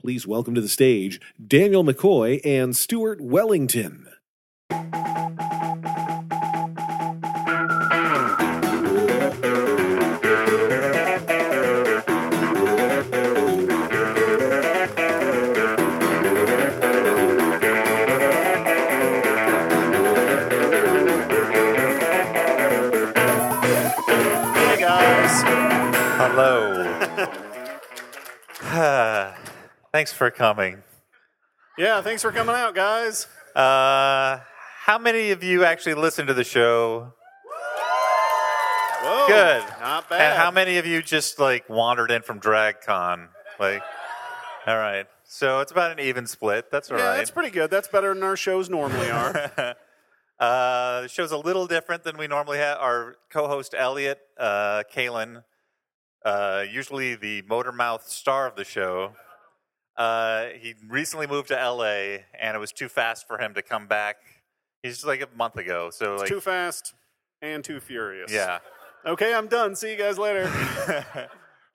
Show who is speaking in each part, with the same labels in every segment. Speaker 1: Please welcome to the stage Daniel McCoy and Stuart Wellington.
Speaker 2: Hey guys.
Speaker 3: Hello. Thanks for coming.
Speaker 2: Yeah, thanks for coming out, guys.
Speaker 3: Uh, how many of you actually listen to the show?
Speaker 2: Whoa,
Speaker 3: Good.
Speaker 2: Oh, Not bad.
Speaker 3: And how many of you just like wandered in from DragCon? Like, all right. So it's about an even split. That's all
Speaker 2: Yeah,
Speaker 3: right.
Speaker 2: that's pretty good. That's better than our shows normally are.
Speaker 3: Uh, the show's a little different than we normally have. Our co-host Elliot, uh, Kalen, uh, usually the motor mouth star of the show, uh, he recently moved to LA, and it was too fast for him to come back. He's just like a month ago, so like
Speaker 2: too fast and too furious.
Speaker 3: yeah.
Speaker 2: Okay, I'm done. See you guys later.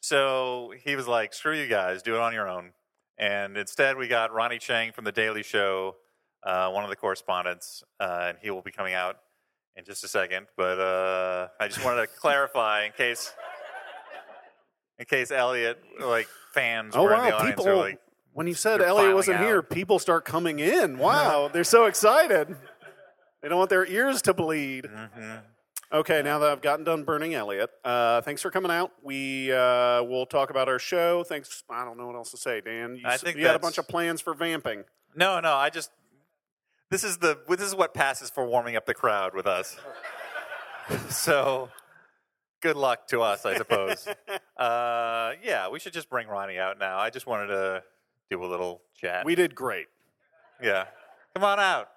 Speaker 3: so he was like, "Screw you guys, do it on your own." And instead, we got Ronnie Chang from the Daily Show, uh, one of the correspondents, uh, and he will be coming out in just a second. But uh, I just wanted to clarify in case, in case Elliot like fans
Speaker 2: oh
Speaker 3: were in the
Speaker 2: wow,
Speaker 3: audience
Speaker 2: people.
Speaker 3: are like,
Speaker 2: when you said
Speaker 3: they're
Speaker 2: Elliot wasn't
Speaker 3: filing out.
Speaker 2: here, people start coming in. Wow, they're so excited. They don't want their ears to bleed.
Speaker 3: Mhm.
Speaker 2: Okay, now that I've gotten done burning Elliot, uh, thanks for coming out. We uh, will talk about our show. Thanks. I don't know what else to say, Dan. You,
Speaker 3: I
Speaker 2: s-
Speaker 3: think
Speaker 2: you had a
Speaker 3: that's-
Speaker 2: bunch of plans for vamping.
Speaker 3: "No, no, I just." This is the this is what passes for warming up the crowd with us. so, good luck to us, I suppose. Uh, yeah, we should just bring Ronnie out now. I just wanted to do a little chat.
Speaker 2: We did great.
Speaker 3: yeah, come on out.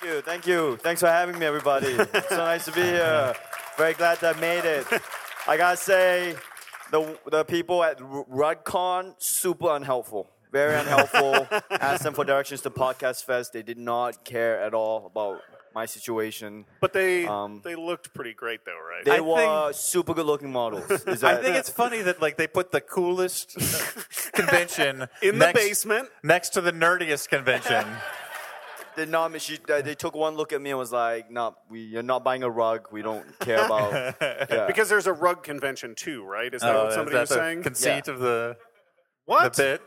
Speaker 4: Thank you, thank you. Thanks for having me, everybody. it's so nice to be here. Very glad that I made it. I gotta say, the the people at R- RudCon super unhelpful. Very unhelpful. Asked them for directions to Podcast Fest. They did not care at all about my situation.
Speaker 2: But they
Speaker 4: Um,
Speaker 2: they looked pretty great though, right?
Speaker 4: They
Speaker 3: I
Speaker 4: were
Speaker 3: think-
Speaker 4: super good-looking models. Is
Speaker 3: I
Speaker 4: that-
Speaker 3: think it's funny that like they put the coolest convention
Speaker 2: in
Speaker 3: next-
Speaker 2: the basement.
Speaker 3: next to the nerdiest convention.
Speaker 4: did not. She, uh, they took one look at me and was like, "No, we, you're not buying a rug. We don't care about." Yeah.
Speaker 2: Because there's a rug convention too, right? Is that
Speaker 3: Uh,
Speaker 2: what
Speaker 3: is
Speaker 2: somebody
Speaker 3: that
Speaker 2: was
Speaker 3: the
Speaker 2: saying?
Speaker 3: conceit
Speaker 4: Yeah.
Speaker 3: of the, the
Speaker 2: what?
Speaker 3: bit.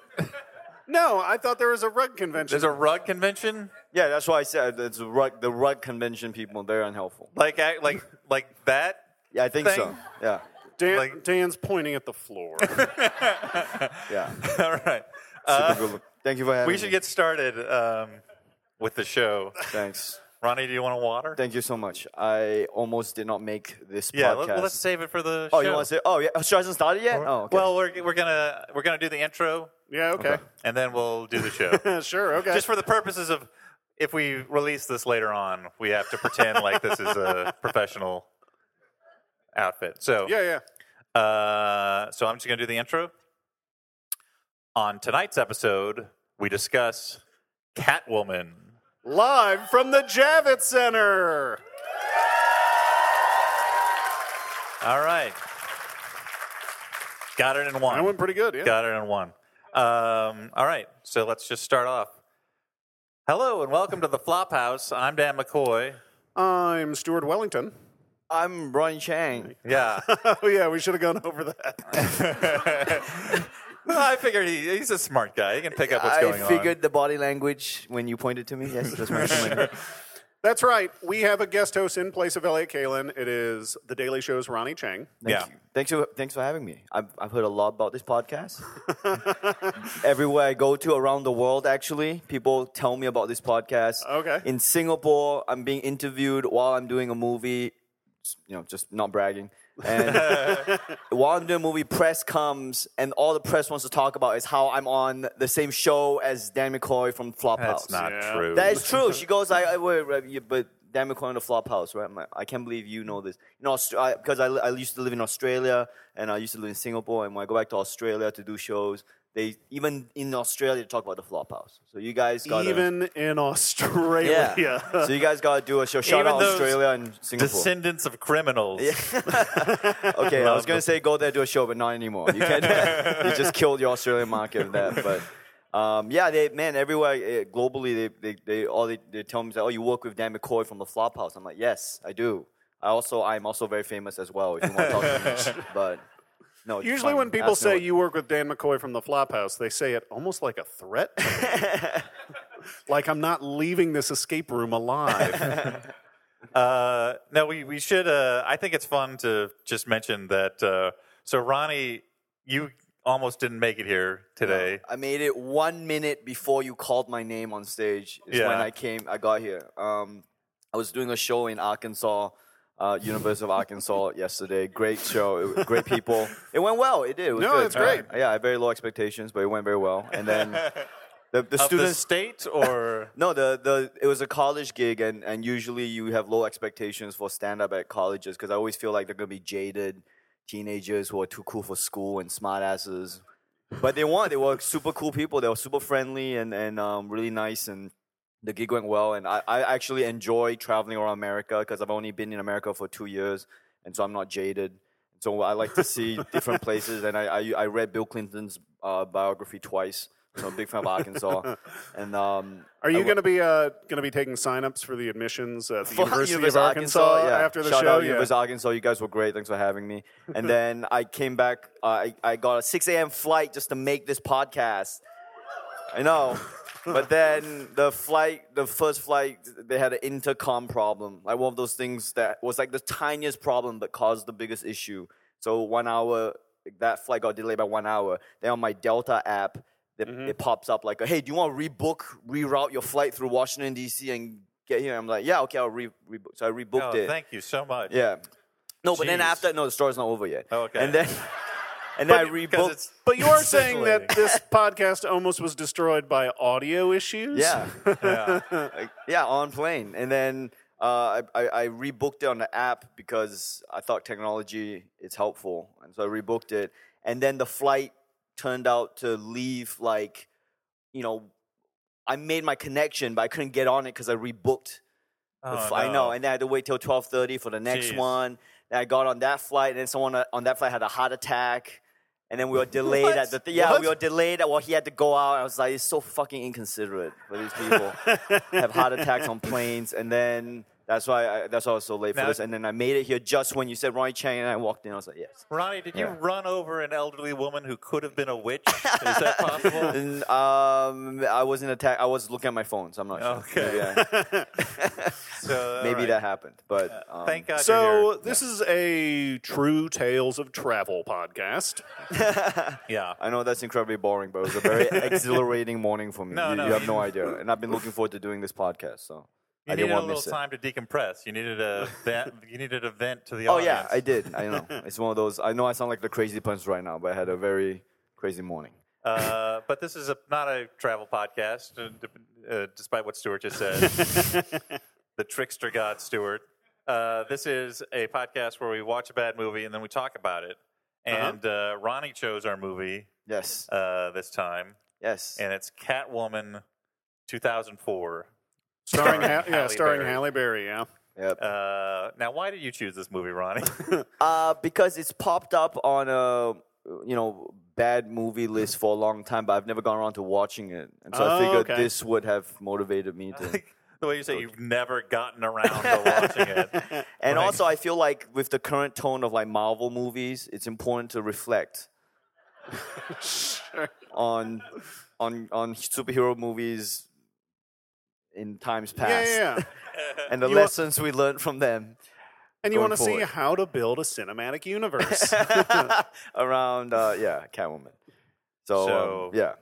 Speaker 2: No, I thought there was a rug convention.
Speaker 3: There's a rug convention.
Speaker 4: yeah, that's why I said uh, it's the rug, the rug convention people. They're unhelpful.
Speaker 3: Like I, like like that.
Speaker 4: Yeah, I think so.
Speaker 3: Thing?
Speaker 4: Yeah,
Speaker 2: Dan,
Speaker 3: like-
Speaker 2: Dan's pointing at the floor.
Speaker 4: yeah.
Speaker 3: All right.
Speaker 4: Super good look. Thank you for having me.
Speaker 3: Uh, We should get started um, with the show.
Speaker 4: Thanks.
Speaker 3: Ronnie, do you want a water?
Speaker 4: Thank you so much. I almost did not make this
Speaker 3: yeah,
Speaker 4: podcast.
Speaker 3: let, us save it for the
Speaker 4: oh,
Speaker 3: show.
Speaker 4: you want to say? Oh, yeah. Oh, she hasn't started yet. Oh, okay.
Speaker 3: Well, we're, we're gonna we're gonna do the intro
Speaker 2: yeah, okay.
Speaker 3: and then we'll do the show.
Speaker 2: Yeah, sure, okay.
Speaker 3: Just for the purposes of if we release this later on, we have to pretend like this is a professional outfit. So
Speaker 2: yeah, yeah.
Speaker 3: uh, so I'm just gonna do the intro. On tonight's episode, we discuss Catwoman.
Speaker 2: Live from the Javits Center.
Speaker 3: All right, got it in one.
Speaker 2: That went pretty good, yeah.
Speaker 3: Got it in one. Um, all right, so let's just start off. Hello and welcome to the Flop House. I'm Dan McCoy.
Speaker 2: I'm Stuart Wellington.
Speaker 4: I'm Ron Chang.
Speaker 3: Yeah,
Speaker 2: Oh yeah, we should have gone over that.
Speaker 3: I figured he, he's a smart guy. He can pick up what's
Speaker 4: I
Speaker 3: going
Speaker 4: figured the body language when you pointed to me. Yes, that's my sure.
Speaker 2: That's right. We have a guest host in place of Elliot Kalin. It is The Daily Show's Ronnie Chang.
Speaker 3: Yeah.
Speaker 4: Thank you. Thanks for thanks for having me. I've I've heard a lot about this podcast. Everywhere I go to around the world, actually, people tell me about this podcast.
Speaker 2: Okay.
Speaker 4: In Singapore, I'm being interviewed while I'm doing a movie. S- You know, just not bragging. And while I'm doing a movie, press comes, and all the press wants to talk about is how I'm on the same show as Dan McCoy from Flophouse.
Speaker 3: on. That's not
Speaker 2: Yeah.
Speaker 3: true.
Speaker 4: That is true. She goes, I, I wait, wait, you- but Dan McCoy on the flop house, right? I'm like, I can't believe you know this. In Aust- I, because I, li- I used to live in Australia and I used to live in Singapore, and when I go back to Australia to do shows, They even in Australia talk about the flop house. So you guys got
Speaker 2: Even in Australia.
Speaker 4: yeah. so you guys got to do a show. Shout
Speaker 3: Even
Speaker 4: out
Speaker 3: those
Speaker 4: Australia and Singapore.
Speaker 3: Descendants of criminals.
Speaker 4: Okay, I was
Speaker 3: Love
Speaker 4: gonna
Speaker 3: the-
Speaker 4: say go there do a show, but not anymore. You can not you just killed your Australian market with that. But um, yeah, they man everywhere eh, globally they they, they all they, they tell me is like, oh you work with Dan McCoy from the Flop House. I'm like yes I do. I also I'm also very famous as well. If you want to talk to me, but no. it's
Speaker 2: Usually,
Speaker 4: fine.
Speaker 2: when people
Speaker 4: Ask me
Speaker 2: say
Speaker 4: what-
Speaker 2: you work with Dan McCoy from the Flophouse, they say it almost like a threat. like I'm not leaving this escape room alive.
Speaker 3: Uh, no, we we should. Uh, I think it's fun to just mention that. Uh, so Ronnie, you almost didn't make it here today.
Speaker 4: I made it one minute before you called my name on stage. Is when
Speaker 3: Yeah.
Speaker 4: I came. I got here. Um, I was doing a show in Arkansas, uh, University of Arkansas yesterday. Great show. It- Great people. It went well. It did. It was
Speaker 2: No,
Speaker 4: good.
Speaker 2: that's great.
Speaker 4: Uh, yeah, I had very low expectations, but it went very well. And then the, the
Speaker 3: Of the
Speaker 4: students.
Speaker 3: state or
Speaker 4: no, the, the it was a college gig, and, and usually you have low expectations for stand up at colleges because I always feel like they're gonna be jaded teenagers who are too cool for school and smartasses. But they weren't. They were super cool people. They were super friendly and and um, really nice, and the gig went well. And I, I actually enjoy traveling around America because I've only been in America for two years, and so I'm not jaded. So I like to see different places, and I I, I read Bill Clinton's uh, biography twice. So I'm a big fan of Arkansas, and um,
Speaker 2: Are
Speaker 4: I
Speaker 2: you
Speaker 4: wo-
Speaker 2: going to be uh, going to be taking signups for the admissions at the
Speaker 4: Fuck
Speaker 2: University,
Speaker 4: University
Speaker 2: of Arkansas,
Speaker 4: yeah.
Speaker 2: after the
Speaker 4: Shout
Speaker 2: show?
Speaker 4: Out University of Arkansas, you guys were great. Thanks for having me. And then I came back. Uh, I I got a 6 a.m. flight just to make this podcast. I know, but then the flight, the first flight, they had an intercom problem. Like one of those things that was like the tiniest problem but caused the biggest issue. So one hour, that flight got delayed by one hour. Then on my Delta app. It,
Speaker 3: Mm-hmm.
Speaker 4: it pops up like, "Hey, do you want to rebook, reroute your flight through Washington D.C. and get here?" I'm like, "Yeah, okay, I'll re- rebook." So I rebooked
Speaker 3: oh,
Speaker 4: it.
Speaker 3: thank you so much.
Speaker 4: Yeah. No, but then
Speaker 3: Jeez.
Speaker 4: after no, the story's not over yet.
Speaker 3: Oh, okay.
Speaker 4: And then and then I
Speaker 3: But- because
Speaker 4: rebooked.
Speaker 3: it's-
Speaker 2: But you are
Speaker 3: it's
Speaker 2: saying that
Speaker 3: scintillating.
Speaker 2: this podcast almost was destroyed by audio issues.
Speaker 4: Yeah,
Speaker 3: Yeah.
Speaker 4: like, yeah, on plane. And then uh, I, I I rebooked it on the app because I thought technology is helpful, and so I rebooked it. And then the flight turned out to leave like, you know, I made my connection, but I couldn't get on it because I rebooked The
Speaker 3: Oh,
Speaker 4: fl- I know,
Speaker 3: no.
Speaker 4: and then I had to wait till twelve thirty for the next
Speaker 3: Jeez.
Speaker 4: one. And I got on that flight, and then someone uh, on that flight had a heart attack, and then we were delayed at the th- yeah, we were delayed. At, well, he had to go out. I was like, it's so fucking inconsiderate for these people have heart attacks on planes, and then that's why I, that's why I was so late
Speaker 3: Now-
Speaker 4: for this. And then I made it here just when you said Ronnie Chang, and I walked in. I was like, yes.
Speaker 3: Ronnie, did
Speaker 4: Yeah.
Speaker 3: you run over an elderly woman who could have been a witch? Is that possible?
Speaker 4: And, um, I was in attack. I was looking at my phone, so I'm not
Speaker 3: Okay.
Speaker 4: sure. Maybe, I-
Speaker 3: So, all
Speaker 4: maybe
Speaker 3: right. Uh,
Speaker 4: that happened, but um,
Speaker 3: Thank God.
Speaker 2: So this is a true tales of travel podcast.
Speaker 3: you're here. yeah.
Speaker 4: I know that's incredibly boring, but it was a very exhilarating morning for me.
Speaker 3: No,
Speaker 4: you,
Speaker 3: no,
Speaker 4: you have
Speaker 3: you-
Speaker 4: no idea, and I've been looking forward to doing this podcast. So
Speaker 3: You
Speaker 4: I
Speaker 3: needed
Speaker 4: didn't
Speaker 3: a
Speaker 4: want to
Speaker 3: little
Speaker 4: miss it.
Speaker 3: time to decompress. You needed a vent, you needed a vent to the
Speaker 4: Oh
Speaker 3: audience.
Speaker 4: yeah, I did. I know it's one of those. I know I sound like the crazy punch right now, but I had a very crazy morning.
Speaker 3: Uh, but this is a, not a travel podcast, uh, d- uh, despite what Stuart just said. the trickster god, Stuart. Uh, this is a podcast where we watch a bad movie and then we talk about it. And uh Ronnie chose our movie
Speaker 4: Yes,
Speaker 3: uh, this time,
Speaker 4: yes.
Speaker 3: and it's Catwoman 2004.
Speaker 2: Starring, ha- yeah,
Speaker 3: Halle
Speaker 2: starring
Speaker 3: Berry.
Speaker 2: Halle Berry. Yeah,
Speaker 4: yep.
Speaker 3: Uh, now, why did you choose this movie, Ronnie?
Speaker 4: Uh, because it's popped up on a you know bad movie list for a long time, but I've never gone around to watching it, and so
Speaker 2: Oh,
Speaker 4: I figured
Speaker 2: okay.
Speaker 4: this would have motivated me to.
Speaker 3: the way you say you've never gotten around to watching it.
Speaker 4: And
Speaker 3: Like-
Speaker 4: also, I feel like with the current tone of like Marvel movies, it's important to reflect on on on superhero movies in times past
Speaker 2: yeah, yeah. yeah.
Speaker 4: and the
Speaker 2: You wa-
Speaker 4: lessons we learned from them
Speaker 2: And you
Speaker 4: Going
Speaker 2: want to see
Speaker 4: forward.
Speaker 2: how to build a cinematic universe.
Speaker 4: around uh, yeah Catwoman. So, um,
Speaker 3: So-
Speaker 4: yeah,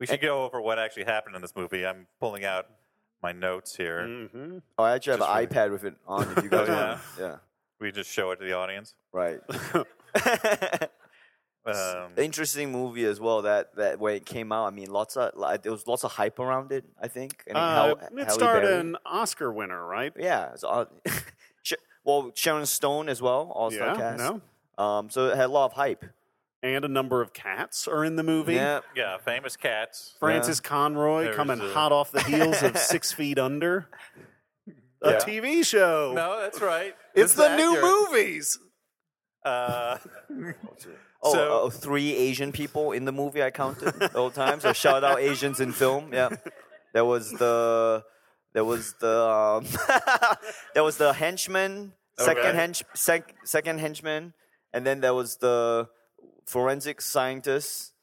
Speaker 3: We should go over what actually happened in this movie. I'm pulling out my notes here.
Speaker 2: hmm
Speaker 4: oh, I actually have
Speaker 3: Just
Speaker 4: an iPad with it on. If you guys
Speaker 3: yeah.
Speaker 4: want,
Speaker 2: Oh,
Speaker 4: yeah,
Speaker 3: We just show it to the audience.
Speaker 4: right.
Speaker 3: Um,
Speaker 4: Interesting movie as well. That that when it came out, I mean, lots of like, there was lots of hype around it. I think. And
Speaker 2: Uh,
Speaker 4: Hal-
Speaker 2: it
Speaker 4: Halle
Speaker 2: starred
Speaker 4: Berry.
Speaker 2: an Oscar winner, right?
Speaker 4: Yeah. uh, It's all, Sh- well, Sharon Stone as well, all
Speaker 2: Yeah,
Speaker 4: star cast.
Speaker 2: no.
Speaker 4: Um, so it had a lot of hype.
Speaker 2: and a number of cats are in the movie.
Speaker 4: Yeah.
Speaker 3: Yeah, famous cats.
Speaker 2: Francis Conroy
Speaker 3: There's
Speaker 2: coming
Speaker 3: a-
Speaker 2: hot off the heels of Six Feet Under, a
Speaker 3: Yeah.
Speaker 2: TV show.
Speaker 3: No, that's right. This
Speaker 2: it's
Speaker 3: is
Speaker 2: the new
Speaker 3: accurate.
Speaker 2: movies.
Speaker 3: Uh,
Speaker 4: Oh,
Speaker 3: So-
Speaker 4: oh, three Asian people in the movie I counted the whole time. So shout out Asians in film. Yeah, there was the there was the um, there was the henchman, second
Speaker 3: Okay.
Speaker 4: hench sec, second henchman, and then there was the forensic scientist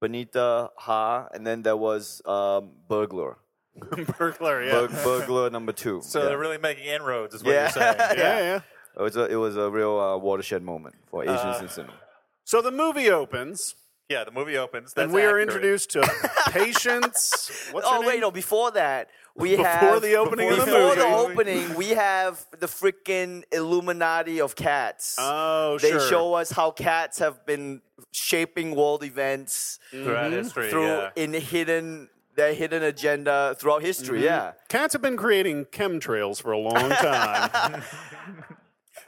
Speaker 4: Benita Ha, and then there was um, burglar,
Speaker 2: Burglar, yeah.
Speaker 4: Bur- burglar number two.
Speaker 3: so
Speaker 4: yeah.
Speaker 3: they're really making inroads, is what
Speaker 4: Yeah.
Speaker 3: you're saying.
Speaker 2: yeah, yeah.
Speaker 4: it was a, it was a real uh, watershed moment for Asians in cinema.
Speaker 2: So the movie opens,
Speaker 3: Yeah, the movie opens. That's
Speaker 2: and we are
Speaker 3: accurate.
Speaker 2: introduced to patients. What's her
Speaker 4: Oh wait,
Speaker 2: name?
Speaker 4: no! Before that, we
Speaker 2: Before
Speaker 4: have
Speaker 2: the opening
Speaker 3: of the
Speaker 4: before the
Speaker 3: movie.
Speaker 4: opening, we have the freaking Illuminati of cats.
Speaker 2: Oh,
Speaker 4: they
Speaker 2: sure.
Speaker 4: show us how cats have been shaping world events
Speaker 3: throughout history.
Speaker 4: through
Speaker 3: Mm, yeah.
Speaker 4: in hidden their hidden agenda throughout history.
Speaker 2: Mm-hmm.
Speaker 4: Yeah,
Speaker 2: Cats have been creating chemtrails for a long time.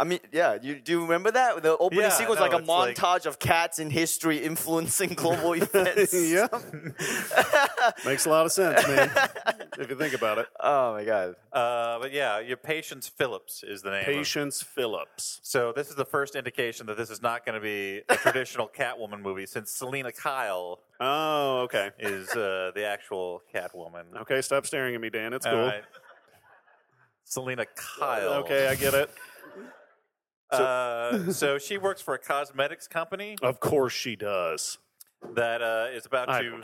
Speaker 4: I mean, yeah. You do you remember that the opening
Speaker 3: Yeah,
Speaker 4: sequence
Speaker 3: no,
Speaker 4: like a
Speaker 3: it's like-
Speaker 4: montage of cats in history influencing global events?
Speaker 2: yeah. Makes a lot of sense, man, Uh-huh. if you think about it.
Speaker 4: Oh my god.
Speaker 3: Uh, but yeah, your Patience Phillips is the name. of-
Speaker 2: Patience Phillips.
Speaker 3: so this is the first indication that this is not going to be a traditional Catwoman movie, since Selena Kyle
Speaker 2: Oh, okay.
Speaker 3: is uh, the actual Catwoman.
Speaker 2: Okay, stop staring at me, Dan. It's
Speaker 3: All
Speaker 2: cool.
Speaker 3: right. Selena Kyle.
Speaker 2: Okay, I get it.
Speaker 3: Uh, so she works for a cosmetics company
Speaker 2: Of course she does.
Speaker 3: that uh, is about
Speaker 2: I
Speaker 3: to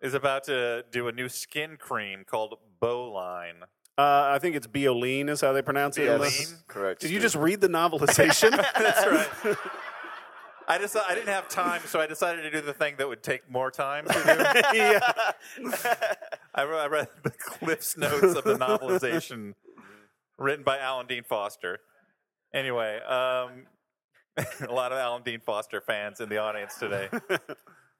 Speaker 3: is about to do a new skin cream called Bowline.
Speaker 2: Uh, I think it's Bioline is how they pronounce it.
Speaker 3: Bioline?
Speaker 4: Correct.
Speaker 2: Did you just read the novelization?
Speaker 3: That's right. I just I didn't have time, so I decided to do the thing that would take more time to do.
Speaker 2: yeah.
Speaker 3: I, re- I read the Cliff's notes of the novelization written by Alan Dean Foster. Anyway, um, a lot of Alan Dean Foster fans in the audience today.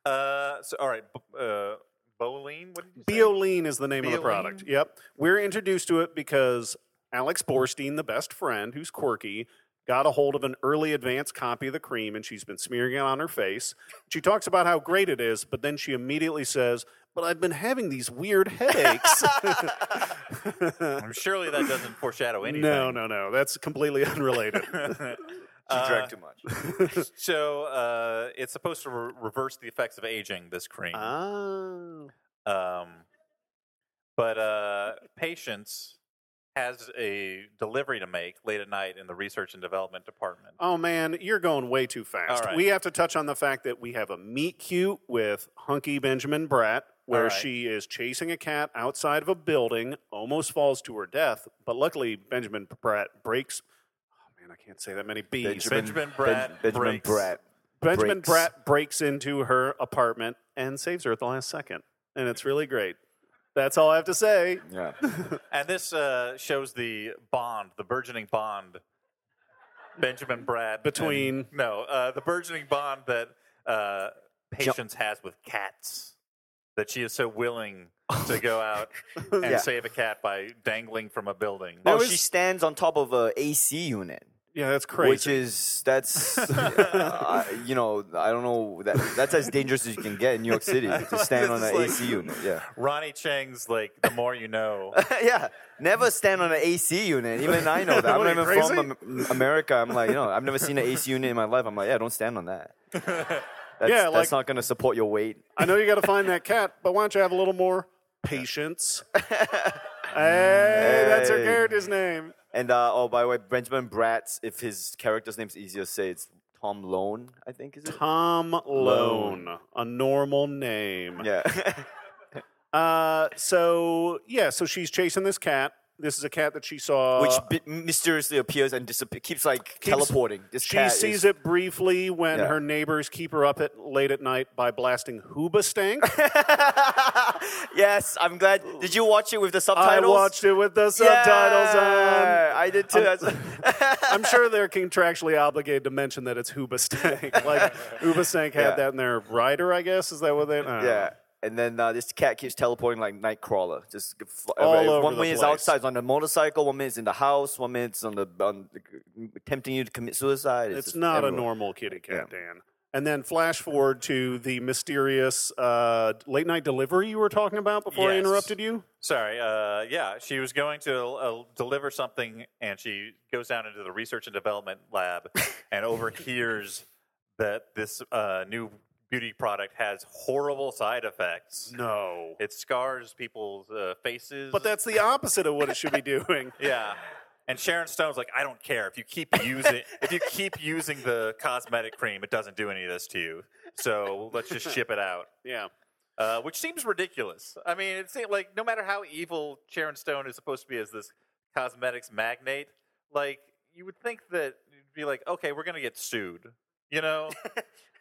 Speaker 3: Uh, so, all right, b- uh, Boleyn, what did you say?
Speaker 2: Bioline is the name of the product.
Speaker 3: Bioline?
Speaker 2: Yep. We're introduced to it because Alex Borstein, the best friend, who's quirky, got a hold of an early advance copy of the cream and she's been smearing it on her face. She talks about how great it is, but then she immediately says, But I've been having these weird headaches.
Speaker 3: Surely that doesn't foreshadow anything.
Speaker 2: no, no, no. That's completely unrelated.
Speaker 3: Uh,
Speaker 4: you drank too much?
Speaker 3: So uh, it's supposed to re- reverse the effects of aging. This cream.
Speaker 2: Ah. oh.
Speaker 3: Um, but uh, Patience has a delivery to make late at night in the research and development department.
Speaker 2: Oh man, you're going way too fast.
Speaker 3: All right.
Speaker 2: We have to touch on the fact that we have a meet cute with hunky Benjamin Bratt, where
Speaker 3: right.
Speaker 2: she is chasing a cat outside of a building, almost falls to her death, but luckily Benjamin Bratt breaks. Oh man, I can't say that many B's.
Speaker 3: Benjamin- Bratt
Speaker 4: Benjamin
Speaker 3: breaks.
Speaker 4: Bratt.
Speaker 2: Benjamin
Speaker 4: breaks.
Speaker 2: Bratt breaks into her apartment and saves her at the last second, and it's really great. That's all I have to say.
Speaker 4: Yeah.
Speaker 3: And this uh, shows the bond, the burgeoning bond, Benjamin Brad
Speaker 2: Between-
Speaker 3: no, uh, the burgeoning bond that uh, Patience has with cats. That she is so willing to go out and
Speaker 4: Yeah.
Speaker 3: save a cat by dangling from a building.
Speaker 4: Oh,
Speaker 2: was-
Speaker 4: she stands on top of a AC unit.
Speaker 2: Yeah, that's crazy.
Speaker 4: Which is that's uh, you know I don't know that that's as dangerous as you can get in New York City to stand on
Speaker 3: This
Speaker 4: an
Speaker 3: is like-
Speaker 4: AC unit. Yeah,
Speaker 3: Ronnie Chang's like the more you know.
Speaker 4: yeah. Never stand on an AC unit. Even I know that. I'm
Speaker 2: What,
Speaker 4: not
Speaker 2: are
Speaker 4: even
Speaker 2: you
Speaker 4: from Am- America. I'm like, you know, I've never seen an AC unit in my life. I'm like, yeah, don't stand on that. That's,
Speaker 2: Yeah, like-
Speaker 4: that's not going to support your weight.
Speaker 2: I know you got to find that cat, but why don't you have a little more patience? hey, that's her
Speaker 4: Hey.
Speaker 2: character's name.
Speaker 4: And uh, oh, by the way, Benjamin Bratz. If his character's name's easier to say, it's Tom Lone. I think is it.
Speaker 2: Tom Lone, a normal name.
Speaker 4: Yeah.
Speaker 2: Uh, so yeah, so she's chasing this cat. This is a cat that she saw.
Speaker 4: which bi- mysteriously appears and disappears, keeps like teleporting. This
Speaker 2: she
Speaker 4: cat
Speaker 2: sees
Speaker 4: is-
Speaker 2: it briefly when
Speaker 4: Yeah.
Speaker 2: her neighbors keep her up at late at night by blasting Hooba Stank.
Speaker 4: yes, I'm glad. Did you watch it with the
Speaker 2: I
Speaker 4: subtitles?
Speaker 2: watched it with the subtitles on.
Speaker 4: Yeah, I did too. That's-
Speaker 2: I'm sure they're contractually obligated to mention that it's Hooba Stank. Like Hooba Stank had
Speaker 4: Yeah.
Speaker 2: that in their rider, I guess. Is that what they? uh, I don't know.
Speaker 4: yeah. And then uh, this cat keeps teleporting like Nightcrawler. Just fl-
Speaker 2: All
Speaker 4: uh,
Speaker 2: over
Speaker 4: one
Speaker 2: the
Speaker 4: minute is
Speaker 2: place.
Speaker 4: outside on a motorcycle, one minute is in the house, one minute is on the on, tempting you to commit suicide.
Speaker 2: It's
Speaker 4: just
Speaker 2: not a
Speaker 4: everywhere.
Speaker 2: normal kitty cat, Dan. And then flash forward to the mysterious uh, late night delivery you were talking about before I
Speaker 3: Yes.
Speaker 2: interrupted you.
Speaker 3: Sorry. Uh, yeah, she was going to uh, deliver something, and she goes down into the research and development lab and overhears that this uh, new beauty product has horrible side effects.
Speaker 2: No.
Speaker 3: It scars people's uh, faces.
Speaker 2: But that's the opposite of what it should be doing.
Speaker 3: yeah. And Sharon Stone's like, I don't care if you keep using if you keep using the cosmetic cream, it doesn't do any of this to you. So let's just ship it out.
Speaker 2: Yeah.
Speaker 3: uh, which seems ridiculous. I mean, it seems like no matter how evil Sharon Stone is supposed to be as this cosmetics magnate, like you would think that you'd be like, okay, we're gonna get sued, you know?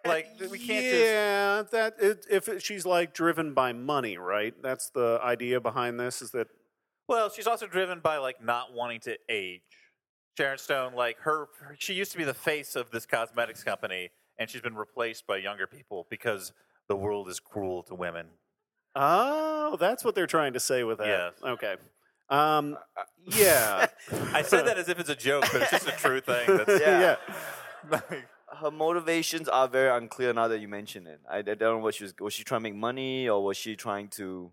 Speaker 3: like we can't just.
Speaker 2: yeah, that it, if it, she's like driven by money, right? That's the idea behind this is that
Speaker 3: Well, she's also driven by like not wanting to age. Sharon Stone, like her, she used to be the face of this cosmetics company, and she's been replaced by younger people because the world is cruel to women.
Speaker 2: oh, that's what they're trying to say with that.
Speaker 3: Yes.
Speaker 2: Okay. Um,
Speaker 4: Uh,
Speaker 2: yeah.
Speaker 3: I said that as if it's a joke, but it's just a true thing. That's,
Speaker 4: Yeah. Her motivations are very unclear now that you mention it. I, I don't know what she was. Was she trying to make money or was she trying to?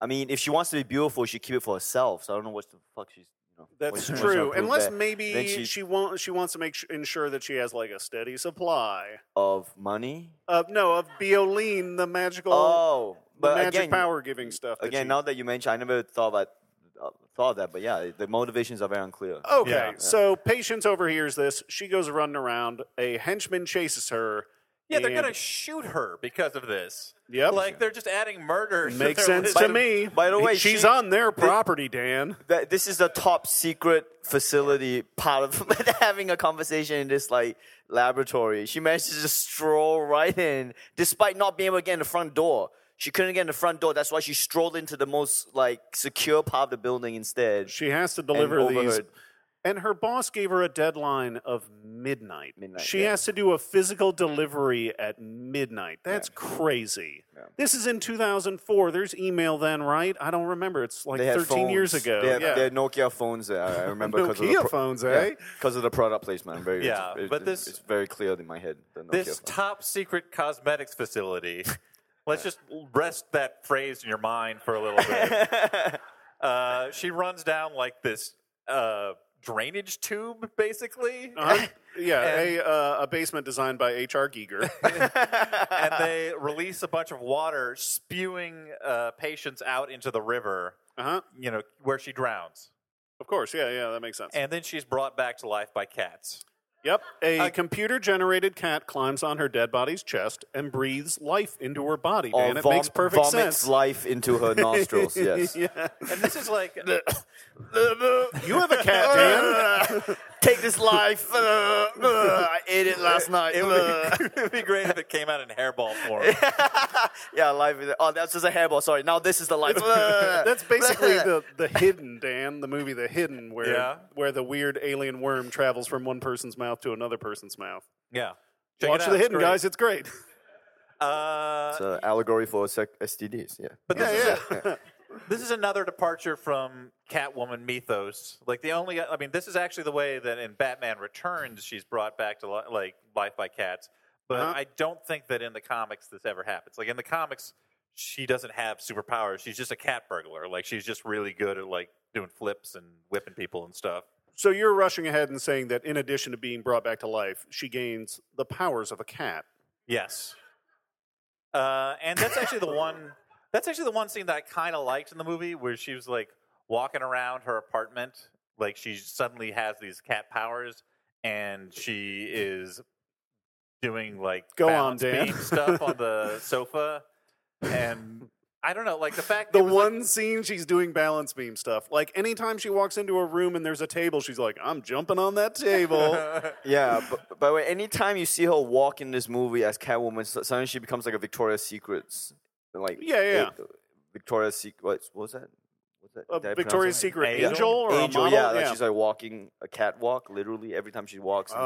Speaker 4: I mean, if she wants to be beautiful, she keep it for herself. So I don't know what the fuck she's. You know, what
Speaker 2: That's
Speaker 4: she was trying to
Speaker 2: true.
Speaker 4: prove
Speaker 2: Unless
Speaker 4: there.
Speaker 2: maybe
Speaker 4: Then
Speaker 2: she,
Speaker 4: she-
Speaker 2: wants she wants to make sh- ensure that she has like a steady supply.
Speaker 4: of money.
Speaker 2: Uh, no, of Bioline, the magical,
Speaker 4: Oh,
Speaker 2: the
Speaker 4: but
Speaker 2: magic
Speaker 4: again,
Speaker 2: power giving stuff. That
Speaker 4: again,
Speaker 2: she-
Speaker 4: now that you mention, I never thought about uh, thought of that. But yeah, the motivations are very unclear.
Speaker 2: Okay,
Speaker 3: Yeah.
Speaker 2: so Patience overhears this. She goes running around. A henchman chases her.
Speaker 3: Yeah, they're
Speaker 2: and-
Speaker 3: gonna shoot her because of this.
Speaker 2: Yep.
Speaker 3: Like they're just adding murder. to
Speaker 2: Makes
Speaker 3: their
Speaker 2: sense
Speaker 3: list.
Speaker 2: to me.
Speaker 4: by the way,
Speaker 2: she's
Speaker 4: she-
Speaker 2: on their property, Dan.
Speaker 4: That, this is the top secret facility part of having a conversation in this like laboratory. She managed to just stroll right in, despite not being able to get in the front door. She couldn't get in the front door. That's why she strolled into the most like secure part of the building instead.
Speaker 2: She has to
Speaker 4: and
Speaker 2: deliver these.
Speaker 4: overheard.
Speaker 2: And her boss gave her a deadline of midnight.
Speaker 4: Midnight,
Speaker 2: she
Speaker 4: yeah.
Speaker 2: has to do a physical delivery at midnight. That's crazy. This is in 2004. There's email then, right? I don't remember. It's like
Speaker 4: They had
Speaker 2: 13 years
Speaker 4: phones.
Speaker 2: ago.
Speaker 4: They had,
Speaker 2: yeah.
Speaker 4: they had Nokia phones. There. I I remember because of
Speaker 2: Nokia
Speaker 4: the
Speaker 2: phones, eh?
Speaker 4: Because of the product placement. I'm very
Speaker 3: Yeah,
Speaker 4: it's-
Speaker 3: but
Speaker 4: it's-
Speaker 3: this-
Speaker 4: it's very clear in my head. The Nokia
Speaker 3: This
Speaker 4: phone.
Speaker 3: top secret cosmetics facility. Let's just rest that phrase in your mind for a little bit. uh, she runs down like this uh, drainage tube, basically,
Speaker 2: Uh-huh. Yeah, a, uh, a basement designed by H.R. Giger.
Speaker 3: and they release a bunch of water, spewing uh, patients out into the river.
Speaker 2: Uh-huh.
Speaker 3: You know where she drowns,
Speaker 2: Of course, yeah, yeah, that makes sense.
Speaker 3: and then she's brought back to life by cats.
Speaker 2: Yep. A
Speaker 3: Uh,
Speaker 2: computer generated cat climbs on her dead body's chest and breathes life into her body,
Speaker 4: Or
Speaker 2: Dan. it
Speaker 4: vom-
Speaker 2: makes perfect
Speaker 4: vomits
Speaker 2: sense.
Speaker 4: life into her nostrils. Yes.
Speaker 2: yeah.
Speaker 3: And this is like
Speaker 2: You have a cat, Dan.
Speaker 4: Take this life. I ate it last night.
Speaker 3: It would, be, it'd be great if it came out in hairball form.
Speaker 4: yeah, life. Is, oh, that's just a hairball. Sorry. Now this is the life.
Speaker 2: That's basically the, the hidden, Dan, the movie The Hidden, where
Speaker 3: Yeah.
Speaker 2: where the weird alien worm travels from one person's mouth to another person's mouth.
Speaker 3: Yeah. Check it
Speaker 2: Watch
Speaker 3: out,
Speaker 2: The
Speaker 3: it's
Speaker 2: Hidden,
Speaker 3: great.
Speaker 2: guys. It's great.
Speaker 3: Uh,
Speaker 4: It's an allegory for sec- STDs. Yeah.
Speaker 3: but this,
Speaker 2: Yeah,
Speaker 3: is this is another departure from Catwoman mythos. Like the only, I mean, this is actually the way that in Batman Returns she's brought back to li- like life by cats. But
Speaker 2: Uh-huh.
Speaker 3: I don't think that in the comics this ever happens. Like in the comics, she doesn't have superpowers. She's just a cat burglar. Like she's just really good at like doing flips and whipping people and stuff.
Speaker 2: So you're rushing ahead and saying that in addition to being brought back to life, she gains the powers of a cat.
Speaker 3: Yes. Uh, and that's actually the one. That's actually the one scene that I kind of liked in the movie, where she was like walking around her apartment, like she suddenly has these cat powers, and she is doing like
Speaker 2: Go on,
Speaker 3: balance
Speaker 2: Dan.
Speaker 3: beam stuff on the sofa, and I don't know, like the fact
Speaker 2: the
Speaker 3: it was, like,
Speaker 2: one scene she's doing balance beam stuff. Like anytime she walks into a room and there's a table, she's like, "I'm jumping on that table."
Speaker 4: Yeah. But by the way, anytime you see her walk in this movie as Catwoman, so- suddenly she becomes like a Victoria's Secrets. Like
Speaker 2: Yeah, yeah.
Speaker 4: it- Victoria's Secret. What what was that? What's
Speaker 2: a
Speaker 4: that? Did I pronounce
Speaker 2: Victoria's
Speaker 4: that?
Speaker 2: Secret
Speaker 3: Angel?
Speaker 2: angel, or a
Speaker 4: Angel,
Speaker 2: model.
Speaker 4: yeah, like she's like walking a catwalk, literally every time she walks.
Speaker 2: oh,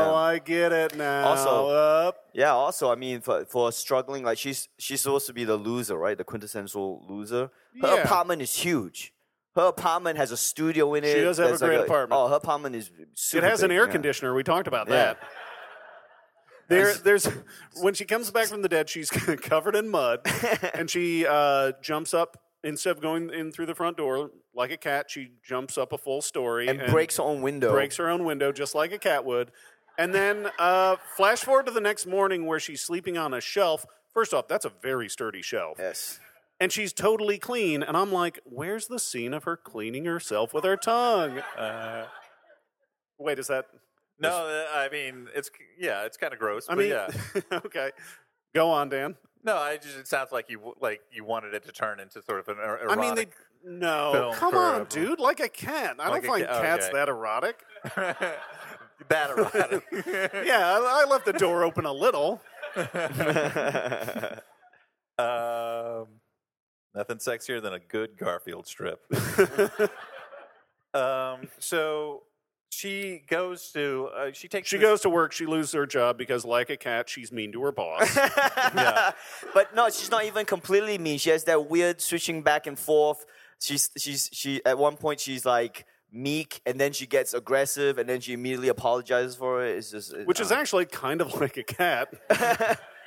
Speaker 4: Yeah.
Speaker 2: I get it now.
Speaker 4: Also-
Speaker 2: Up.
Speaker 4: Yeah. Also, I mean, for for struggling, like she's she's supposed to be the loser, right? The quintessential loser.
Speaker 2: Yeah.
Speaker 4: Her apartment is huge. Her apartment has a studio in it.
Speaker 2: does have a
Speaker 4: There's
Speaker 2: great apartment.
Speaker 4: Oh, her apartment is.
Speaker 2: it
Speaker 4: Super
Speaker 2: has an
Speaker 4: big,
Speaker 2: air
Speaker 4: yeah.
Speaker 2: conditioner. We talked about
Speaker 4: Yeah.
Speaker 2: that. There, there's when she comes back from the dead, she's covered in mud, and she uh, jumps up instead of going in through the front door like a cat. She jumps up a full story
Speaker 4: and breaks her own window.
Speaker 2: breaks her own window just like a cat would. And then uh, flash forward to the next morning where she's sleeping on a shelf. First off, that's a very sturdy shelf.
Speaker 4: Yes.
Speaker 2: And she's totally clean. And I'm like, where's the scene of her cleaning herself with her tongue?
Speaker 3: Uh,
Speaker 2: Wait, is that.
Speaker 3: no, I mean it's yeah, it's kind of gross.
Speaker 2: I
Speaker 3: but
Speaker 2: mean,
Speaker 3: yeah.
Speaker 2: okay. Go on, Dan.
Speaker 3: No, I just it sounds like you w- like you wanted it to turn into sort of an er-
Speaker 2: I mean, they.
Speaker 3: erotic.
Speaker 2: No.
Speaker 3: film
Speaker 2: Come
Speaker 3: for
Speaker 2: on,
Speaker 3: a-
Speaker 2: dude. Like a cat. I
Speaker 3: Like a
Speaker 2: don't find
Speaker 3: ca- oh,
Speaker 2: cats
Speaker 3: okay.
Speaker 2: that erotic.
Speaker 3: that erotic.
Speaker 2: yeah, I, I left the door open a little.
Speaker 3: um, nothing sexier than a good Garfield strip. um, so she goes to uh, she takes
Speaker 2: She
Speaker 3: this-
Speaker 2: goes to work. She loses her job because, like a cat, she's mean to her boss.
Speaker 4: But no, she's not even completely mean. She has that weird switching back and forth. She's she's she at one point she's like meek and then she gets aggressive and then she immediately apologizes for it. It's just
Speaker 2: which
Speaker 3: Uh,
Speaker 2: is actually kind of like a cat.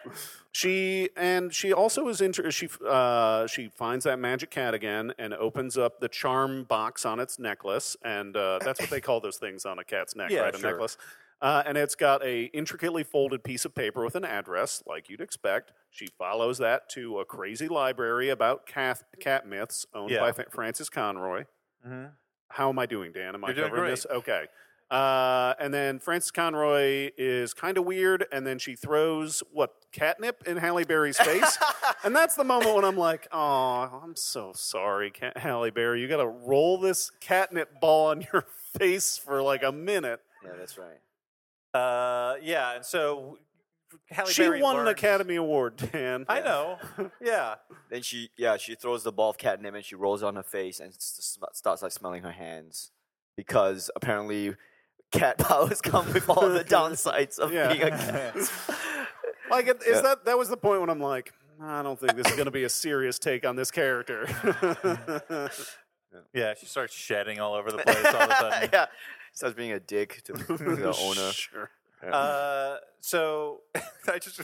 Speaker 2: she and she also is inter- she uh, she finds that magic cat again and opens up the charm box on its necklace, and uh, that's what they call those things on a cat's neck,
Speaker 3: Yeah,
Speaker 2: right?
Speaker 3: sure.
Speaker 2: A necklace. Uh, and it's got a intricately folded piece of paper with an address, like you'd expect. She follows that to a crazy library about cat, cat myths owned
Speaker 3: Yeah.
Speaker 2: by Fa- Francis Conroy.
Speaker 3: Mhm.
Speaker 2: How am I doing, Dan? Am I
Speaker 3: You're doing
Speaker 2: covering this? Okay. Uh, and then Frances Conroy is kind of weird, and then she throws what catnip in Halle Berry's face, and that's the moment when I'm like, "Oh, I'm so sorry, Cat- Halle Berry. You got to roll this catnip ball on your face for like a minute."
Speaker 4: Yeah, that's right.
Speaker 3: Uh, yeah, and so Halle
Speaker 2: she
Speaker 3: Berry
Speaker 2: won an
Speaker 3: learns-
Speaker 2: Academy Award, Dan.
Speaker 3: I know. Yeah.
Speaker 4: Then she yeah, she throws the ball of catnip and she rolls on her face and s- sm- starts like smelling her hands because apparently cat powers come with all the downsides of
Speaker 2: Yeah.
Speaker 4: being a cat.
Speaker 2: Like, it- is that that was the point when I'm like, "I don't think this is going to be a serious take on this character."
Speaker 3: Yeah, she starts shedding all over the place all of a sudden.
Speaker 4: yeah. Starts being a dick to the, to the owner.
Speaker 2: Sure.
Speaker 3: Uh, so I just,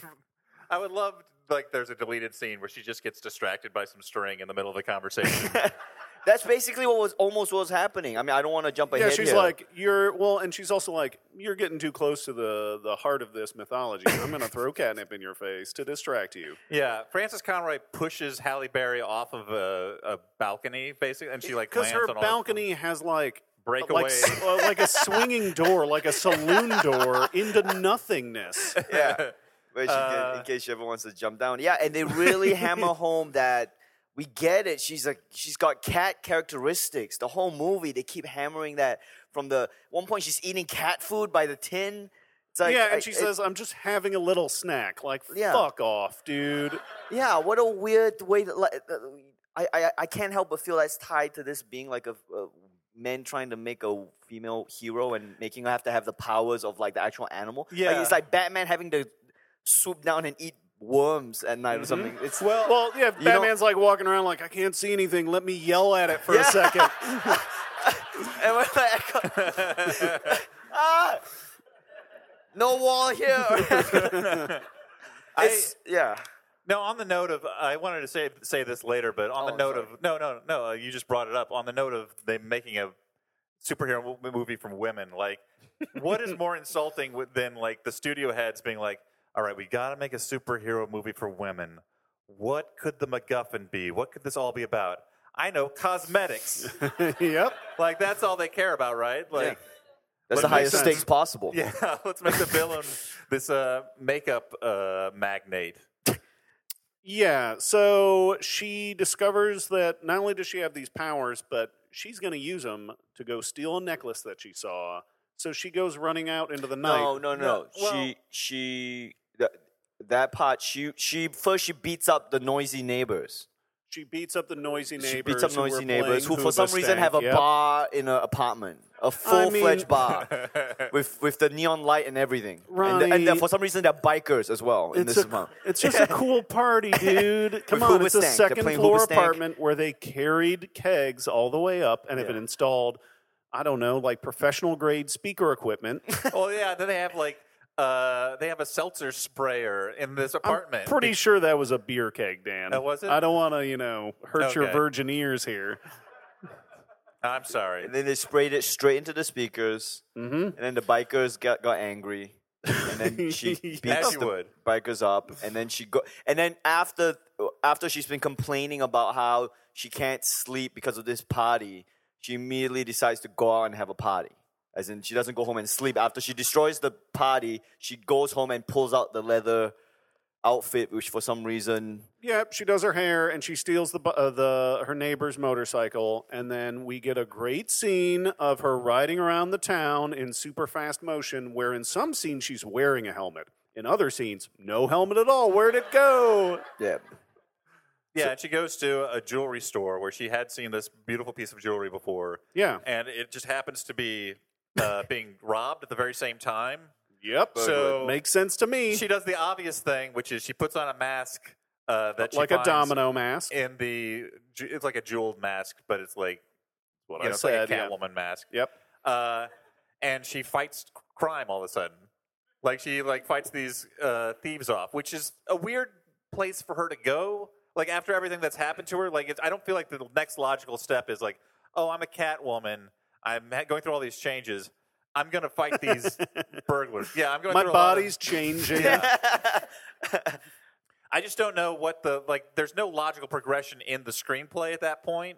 Speaker 3: I would love like there's a deleted scene where she just gets distracted by some string in the middle of the conversation.
Speaker 4: That's basically what was almost what was happening. I mean, I don't want to jump ahead.
Speaker 2: yeah, she's
Speaker 4: here.
Speaker 2: like, you're well, and she's also like, you're getting too close to the the heart of this mythology. I'm gonna throw catnip in your face to distract you.
Speaker 3: yeah, Frances Conroy pushes Halle Berry off of a, a balcony basically, and she like
Speaker 2: Because
Speaker 3: lands
Speaker 2: her
Speaker 3: on all-
Speaker 2: balcony has like
Speaker 3: Breakaway.
Speaker 2: like s- uh, like a swinging door, like a saloon door into nothingness.
Speaker 4: yeah. But she can,
Speaker 2: uh,
Speaker 4: in case she ever wants to jump down. Yeah, and they really hammer home that we get it. She's a she's got cat characteristics. The whole movie they keep hammering that from the one point she's eating cat food by the tin. It's like,
Speaker 2: yeah, and
Speaker 4: I-
Speaker 2: she
Speaker 4: it-
Speaker 2: says, "I'm just having a little snack." Like,
Speaker 4: Yeah.
Speaker 2: fuck off, dude.
Speaker 4: yeah, what a weird way that like, uh, I, I I can't help but feel that's tied to this being like a, a men trying to make a female hero and making her have to have the powers of like the actual animal. Like,
Speaker 3: Yeah.
Speaker 4: it's like Batman having to swoop down and eat worms at
Speaker 3: Mm-hmm.
Speaker 4: night or something. It's well,
Speaker 2: Well, yeah,
Speaker 4: don't-
Speaker 2: Batman's like walking around like, "I can't see anything. Let me yell at it for a second.
Speaker 4: And we're like, ah, no wall here. It's- yeah.
Speaker 3: No, on the note of, I wanted to say say this later, but on
Speaker 4: Oh,
Speaker 3: the note
Speaker 4: sorry.
Speaker 3: of, no, no, no, uh, you just brought it up. On the note of them making a superhero mo- movie from women, like, what is more insulting with- than like the studio heads being like, "All right, we got to make a superhero movie for women. What could the MacGuffin be? What could this all be about? I know cosmetics.
Speaker 2: yep.
Speaker 3: like that's all they care about, right? Like,
Speaker 4: That's
Speaker 3: But
Speaker 4: the
Speaker 3: it makes sense.
Speaker 4: highest stakes possible.
Speaker 3: yeah, let's make the villain this uh, makeup uh, magnate.
Speaker 2: Yeah, so she discovers that not only does she have these powers, but she's going to use them to go steal a necklace that she saw. So she goes running out into the night.
Speaker 4: No, no, no.
Speaker 2: well-
Speaker 4: she, she, that, that part. She, she first she beats up the noisy neighbors.
Speaker 2: She beats up the noisy neighbors.
Speaker 4: she beats up
Speaker 2: who are
Speaker 4: noisy neighbors who,
Speaker 2: playing
Speaker 4: for some
Speaker 2: Hoobastank.
Speaker 4: reason, have a
Speaker 2: Yep.
Speaker 4: bar in an apartment, a full fledged
Speaker 2: mean-
Speaker 4: bar with with the neon light and everything. and, the-
Speaker 2: Ronnie-
Speaker 4: and the- for some reason, they're bikers as well in
Speaker 2: It's,
Speaker 4: this
Speaker 2: a,
Speaker 4: month.
Speaker 2: it's just a cool party, dude. Come
Speaker 4: With
Speaker 2: on, it's a
Speaker 4: Hoobastank. They're
Speaker 2: second
Speaker 4: playing
Speaker 2: floor
Speaker 4: Hoobastank.
Speaker 2: apartment where they carried kegs all the way up and have it installed. I don't know, like professional grade speaker equipment.
Speaker 3: Well, yeah. Oh, Then they have like uh, they have a seltzer sprayer in this apartment.
Speaker 2: Pretty sure that was a beer keg, Dan.
Speaker 3: That was it?
Speaker 2: I don't want to, you know, hurt your
Speaker 3: Okay.
Speaker 2: virgin ears here.
Speaker 3: I'm sorry.
Speaker 4: And then they sprayed it straight into the speakers. Mm-hmm. And then the bikers got, got angry. And then she beats
Speaker 3: As you
Speaker 4: the
Speaker 3: would.
Speaker 4: bikers up. And then she go. And then after after she's been complaining about how she can't sleep because of this party, she immediately decides to go out and have a party. As in, she doesn't go home and sleep. After she destroys the party, she goes home and pulls out the leather outfit, which for some reason
Speaker 2: Yep, she does her hair and she steals the bu- uh, the her neighbor's motorcycle, and then we get a great scene of her riding around the town in super fast motion. Where in some scenes she's wearing a helmet, in other scenes no helmet at all. Where'd it go?
Speaker 4: Yeah.
Speaker 3: Yeah, and she goes to a jewelry store where she had seen this beautiful piece of jewelry before.
Speaker 2: Yeah.
Speaker 3: And it just happens to be uh, being robbed at the very same time.
Speaker 2: Yep.
Speaker 3: So-
Speaker 2: makes sense to me.
Speaker 3: She does the obvious thing, which is she puts on a mask uh, that she
Speaker 2: like a
Speaker 3: finds
Speaker 2: domino mask.
Speaker 3: in the. ju- It's like a jeweled mask, but it's like
Speaker 2: what
Speaker 3: you know, it's like a Catwoman mask.
Speaker 2: Yep.
Speaker 3: Uh, and she fights c- crime all of a sudden. Like she like fights these uh, thieves off, which is a weird place for her to go. Like after everything that's happened to her, like it's, I don't feel like the next logical step is like, oh, I'm a cat woman. I'm ha- going through all these changes. I'm gonna fight these burglars. Yeah, I'm going.
Speaker 2: My
Speaker 3: through a lot of-
Speaker 2: body's changing.
Speaker 3: I just don't know what the like. There's no logical progression in the screenplay at that point,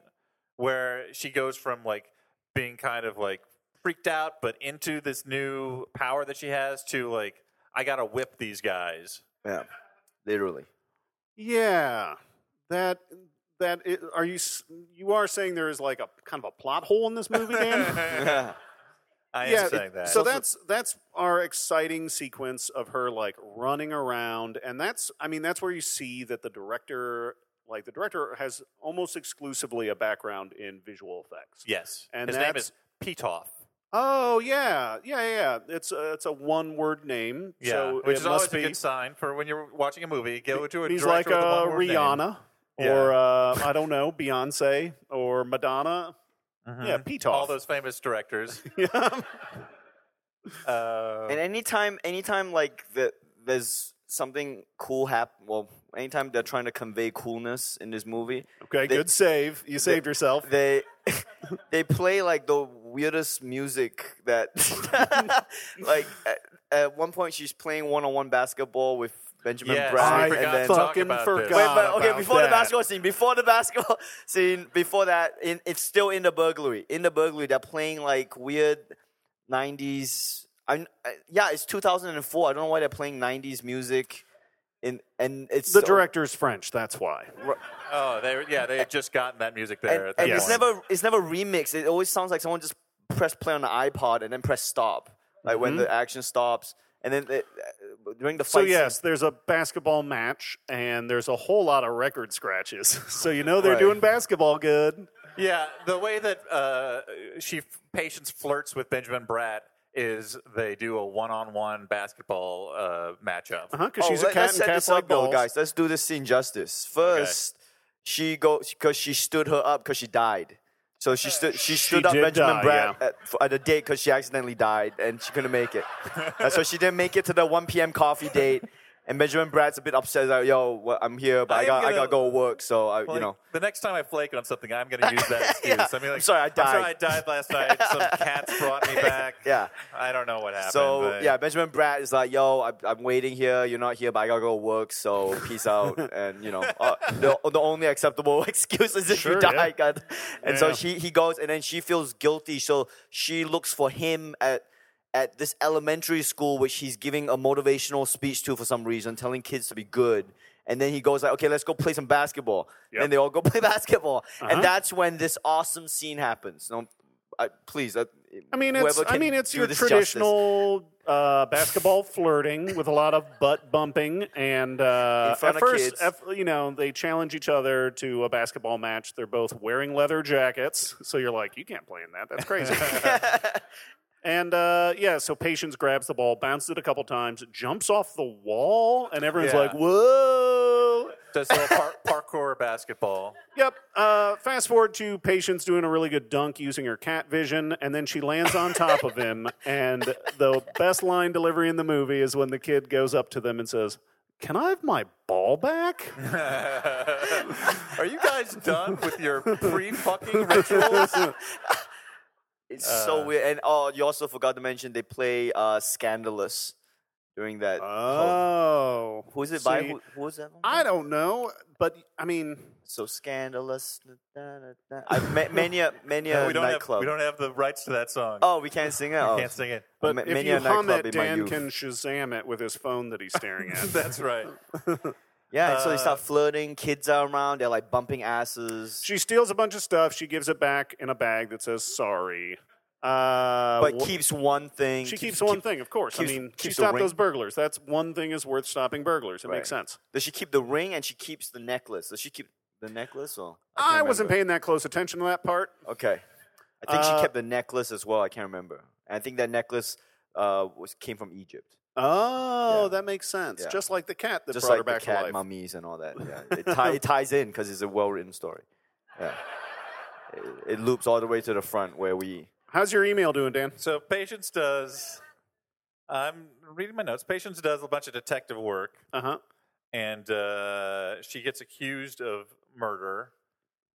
Speaker 3: where she goes from like being kind of like freaked out, but into this new power that she has to like, I gotta whip these guys.
Speaker 4: Yeah. Literally.
Speaker 2: Yeah, that that i are you s- you are saying there is like a kind of a plot hole in this movie, Dan?
Speaker 4: Yeah.
Speaker 3: I
Speaker 2: yeah,
Speaker 3: am saying
Speaker 2: it-
Speaker 3: that.
Speaker 2: so that's that's our exciting sequence of her like running around, and that's I mean that's where you see that the director like the director has almost exclusively a background in visual effects.
Speaker 3: yes,
Speaker 2: and
Speaker 3: his name
Speaker 2: that's-
Speaker 3: is Petoff.
Speaker 2: Oh yeah, yeah, yeah. It's a, it's a one word name.
Speaker 3: Yeah,
Speaker 2: so
Speaker 3: which
Speaker 2: it
Speaker 3: is always
Speaker 2: must be
Speaker 3: a good sign for when you're watching a movie. Go to a
Speaker 2: He's like
Speaker 3: director
Speaker 2: uh,
Speaker 3: with a one-word name.
Speaker 2: Rihanna
Speaker 3: Yeah.
Speaker 2: or uh, I don't know Beyonce or Madonna.
Speaker 4: Mm-hmm.
Speaker 2: Yeah, Petoff.
Speaker 3: All those famous directors.
Speaker 2: Yeah.
Speaker 3: Uh,
Speaker 4: And anytime, anytime like the, there's something cool happen. Well, anytime they're trying to convey coolness in this movie,
Speaker 2: Okay,
Speaker 4: They-
Speaker 2: good save. You saved yourself.
Speaker 4: they they play like the weirdest music that like at, at one point she's playing one-on-one basketball with Benjamin
Speaker 3: Yes,
Speaker 2: I
Speaker 3: I
Speaker 4: Bragg,
Speaker 3: forgot
Speaker 4: and then
Speaker 3: to
Speaker 2: fucking
Speaker 3: talk about
Speaker 2: forgot.
Speaker 3: this.
Speaker 4: Wait, but
Speaker 2: about
Speaker 4: okay, before
Speaker 2: that.
Speaker 4: the basketball scene, before the basketball scene, before that, in, it's still in the burglary. In the burglary, they're playing like weird '90s. I, I yeah, it's 2004. I don't know why they're playing '90s music. In and it's
Speaker 2: The
Speaker 4: so-
Speaker 2: director's French, that's why.
Speaker 3: oh, they yeah, they had just gotten that music there.
Speaker 4: and,
Speaker 3: at that
Speaker 4: and it's
Speaker 3: point.
Speaker 4: never it's never remixed. It always sounds like someone just pressed play on the iPod and then press stop, like when
Speaker 3: Mm-hmm.
Speaker 4: the action stops, and then it, during the fight.
Speaker 2: So
Speaker 4: scene-
Speaker 2: yes, there's a basketball match and there's a whole lot of record scratches. So you know they're
Speaker 4: Right.
Speaker 2: doing basketball good.
Speaker 3: Yeah, the way that uh, she patience flirts with Benjamin Bratt is they do a one-on-one basketball uh, matchup.
Speaker 2: Huh? Cuz she's
Speaker 4: Oh, let-
Speaker 2: a cat
Speaker 4: let's
Speaker 2: and
Speaker 4: set
Speaker 2: cats
Speaker 4: this up,
Speaker 2: like
Speaker 4: though,
Speaker 2: dolls.
Speaker 4: guys. Let's do this scene justice. First, she goes because she stood her up because she died. So
Speaker 3: Uh,
Speaker 4: she stood. She stood up
Speaker 2: did
Speaker 4: Benjamin
Speaker 2: die,
Speaker 4: Brad
Speaker 2: yeah.
Speaker 4: at, for- at a date because she accidentally died and she couldn't make it. Uh, so she didn't make it to the 1 p.m. coffee date. And Benjamin Brad's a bit upset. Like, yo, well, I'm here, but
Speaker 3: I
Speaker 4: I,
Speaker 3: am
Speaker 4: got I
Speaker 3: gonna-
Speaker 4: got to go work. So I, you
Speaker 3: Like,
Speaker 4: know,
Speaker 3: the next time I flake on something, I'm going to use that excuse. I mean, like,
Speaker 4: I'm sorry, I
Speaker 3: sorry,
Speaker 4: died.
Speaker 3: I died last night. Some cats brought me back.
Speaker 4: Yeah.
Speaker 3: I don't know what happened.
Speaker 4: So
Speaker 3: but-
Speaker 4: yeah, Benjamin Brad is like, "Yo, I'm, I'm waiting here. You're not here, but I gotta go work. So peace out." and you know, uh, the, the only acceptable excuse is if
Speaker 2: Sure,
Speaker 4: you
Speaker 2: yeah.
Speaker 4: die. God. And so
Speaker 2: Yeah.
Speaker 4: she he goes, and then she feels guilty. So she looks for him at at this elementary school, which he's giving a motivational speech to for some reason, telling kids to be good. And then he goes like, "Okay, let's go play some basketball."
Speaker 2: Yep.
Speaker 4: And they all go play basketball,
Speaker 2: Uh-huh.
Speaker 4: and that's when this awesome scene happens. No, I, please. I,
Speaker 2: I mean, it's
Speaker 4: whoever
Speaker 2: I
Speaker 4: can
Speaker 2: mean, it's
Speaker 4: do
Speaker 2: your
Speaker 4: this justice.
Speaker 2: traditional uh, basketball flirting with a lot of butt bumping and uh,
Speaker 4: In front
Speaker 2: at
Speaker 4: of
Speaker 2: first,
Speaker 4: kids.
Speaker 2: at- you know, they challenge each other to a basketball match. They're both wearing leather jackets, so you're like, you can't play in that. That's crazy. and uh, yeah, so Patience grabs the ball, bounces it a couple times, jumps off the wall, and everyone's
Speaker 3: Yeah.
Speaker 2: like, whoa.
Speaker 3: Does a little par- parkour basketball.
Speaker 2: Yep. Uh, fast forward to Patience doing a really good dunk using her cat vision, and then she lands on top of him. And the best line delivery in the movie is when the kid goes up to them and says, Can I have my ball back?
Speaker 3: Are you guys done with your pre-fucking rituals? Uh.
Speaker 4: It's so weird. And oh, you also forgot to mention they play uh, Scandalous during that. whole-
Speaker 2: Oh.
Speaker 4: who is it by?
Speaker 2: see,
Speaker 4: Who, who is that? One?
Speaker 2: I don't know, but I mean,
Speaker 4: So Scandalous. Da, da, da. I, ma- many a many a
Speaker 3: we don't have
Speaker 4: nightclub.
Speaker 3: we don't have the rights to that song.
Speaker 4: oh, we can't sing it. Oh.
Speaker 3: Can't sing it.
Speaker 2: but
Speaker 4: Ma-
Speaker 2: if
Speaker 4: many
Speaker 2: you
Speaker 4: a
Speaker 2: hum
Speaker 4: nightclub
Speaker 2: it,
Speaker 4: in my
Speaker 2: Dan
Speaker 4: youth.
Speaker 2: can Shazam it with his phone that he's staring at.
Speaker 3: That's right.
Speaker 4: Yeah, and so they
Speaker 3: Uh,
Speaker 4: start flirting. Kids are around. They're like bumping asses.
Speaker 2: She steals a bunch of stuff. She gives it back in a bag that says sorry. Uh,
Speaker 4: but
Speaker 2: wh-
Speaker 4: keeps one thing.
Speaker 2: she keeps, one thing, of course.
Speaker 4: keeps-
Speaker 2: I mean, she
Speaker 4: keeps the
Speaker 2: stopped
Speaker 4: ring.
Speaker 2: those burglars. That's one thing is worth stopping burglars. It
Speaker 4: Right.
Speaker 2: makes sense.
Speaker 4: Does she keep the ring and she keeps the necklace? Does she keep the necklace or?
Speaker 2: I,
Speaker 4: can't
Speaker 2: wasn't
Speaker 4: remember.
Speaker 2: paying that close attention to that part.
Speaker 4: Okay, I think
Speaker 2: Uh,
Speaker 4: she kept the necklace as well. I can't remember. And I think that necklace uh, was came from Egypt,
Speaker 2: Oh,
Speaker 4: Yeah.
Speaker 2: that makes sense.
Speaker 4: Yeah.
Speaker 2: Just like the cat that
Speaker 4: just
Speaker 2: brought
Speaker 4: like
Speaker 2: her back
Speaker 4: the
Speaker 2: to
Speaker 4: cat
Speaker 2: life.
Speaker 4: mummies and all that. Yeah, it, tie, it ties in because it's a well written story. Yeah, it, it loops all the way to the front where we.
Speaker 2: How's your email doing, Dan?
Speaker 3: So Patience does. I'm reading my notes. Patience does a bunch of detective work,
Speaker 2: Uh huh.
Speaker 3: and uh, she gets accused of murder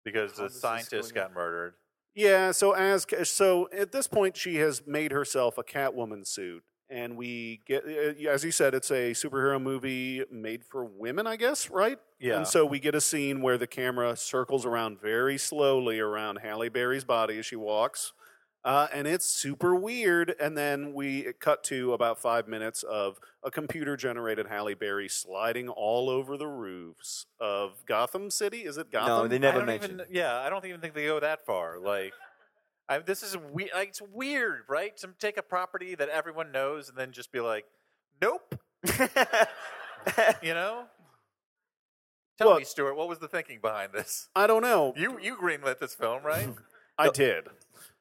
Speaker 3: because
Speaker 4: How
Speaker 3: the
Speaker 4: is this
Speaker 3: scientist
Speaker 4: going on?
Speaker 3: got murdered.
Speaker 2: Yeah. So as so at this point, she has made herself a Catwoman suit, and we get uh, as you said, it's a superhero movie made for women, I guess, right?
Speaker 3: Yeah.
Speaker 2: And so we get a scene where the camera circles around very slowly around Halle Berry's body as she walks. Uh, and it's super weird. And then we eh, cut to about five minutes of a computer generated Halle Berry sliding all over the roofs of Gotham City. Is it Gotham?
Speaker 4: No, they
Speaker 3: I
Speaker 4: never
Speaker 3: don't
Speaker 4: mentioned.
Speaker 3: Even, yeah, I don't even think they go that far. Like, I, this is we, like, it's weird, right? To take a property that everyone knows and then just be like, nope. You know. Tell
Speaker 2: Well-
Speaker 3: me, Stuart, what was the thinking behind this?
Speaker 2: I don't know.
Speaker 3: You you greenlit this film, right?
Speaker 2: I did.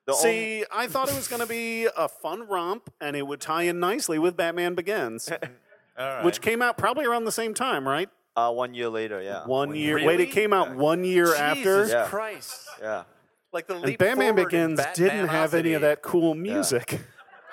Speaker 4: The only-
Speaker 2: See, I thought it was going to be a fun romp and it would tie in nicely with Batman Begins,
Speaker 3: All right.
Speaker 2: which came out probably around the same time, right?
Speaker 4: uh, one year later, yeah,
Speaker 2: One year.
Speaker 3: year.
Speaker 2: Wait, it
Speaker 3: Really?
Speaker 2: came out one year
Speaker 3: Jesus
Speaker 2: after.
Speaker 4: Yeah.
Speaker 3: Christ!
Speaker 4: yeah.
Speaker 3: Like the
Speaker 2: And
Speaker 3: leap
Speaker 2: Batman
Speaker 3: forward in
Speaker 2: Begins didn't have any of
Speaker 3: Batmanosity.
Speaker 2: that cool music.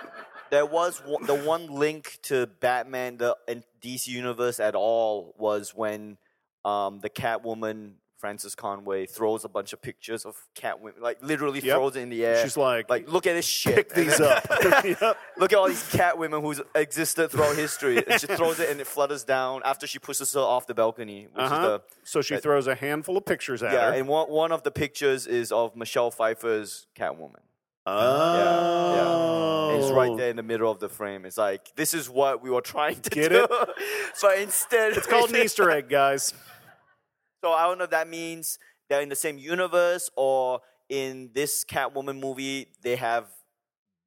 Speaker 4: There was one, the one link to Batman the and DC universe at all was when um, the Catwoman Frances Conway throws a bunch of pictures of Catwoman, like literally
Speaker 2: Yep.
Speaker 4: throws it in the air.
Speaker 2: She's like,
Speaker 4: like look at this shit.
Speaker 2: pick
Speaker 4: And
Speaker 2: these
Speaker 4: then-
Speaker 2: up. Yep.
Speaker 4: Look at all these Catwomen who's existed throughout history. And she throws it and it flutters down after she pushes her off the balcony, which
Speaker 2: Uh-huh.
Speaker 4: is
Speaker 2: so she
Speaker 4: that-
Speaker 2: throws a handful of pictures at
Speaker 4: the yeah.
Speaker 2: her.
Speaker 4: And one one of the pictures is of Michelle Pfeiffer's Catwoman.
Speaker 2: oh,
Speaker 4: And It's right there in the middle of the frame. It's like this is what we were trying to
Speaker 2: Get
Speaker 4: do,
Speaker 2: it?
Speaker 4: but instead
Speaker 2: It's called an Easter egg, guys.
Speaker 4: So I don't know if that means they're in the same universe or in this Catwoman movie they have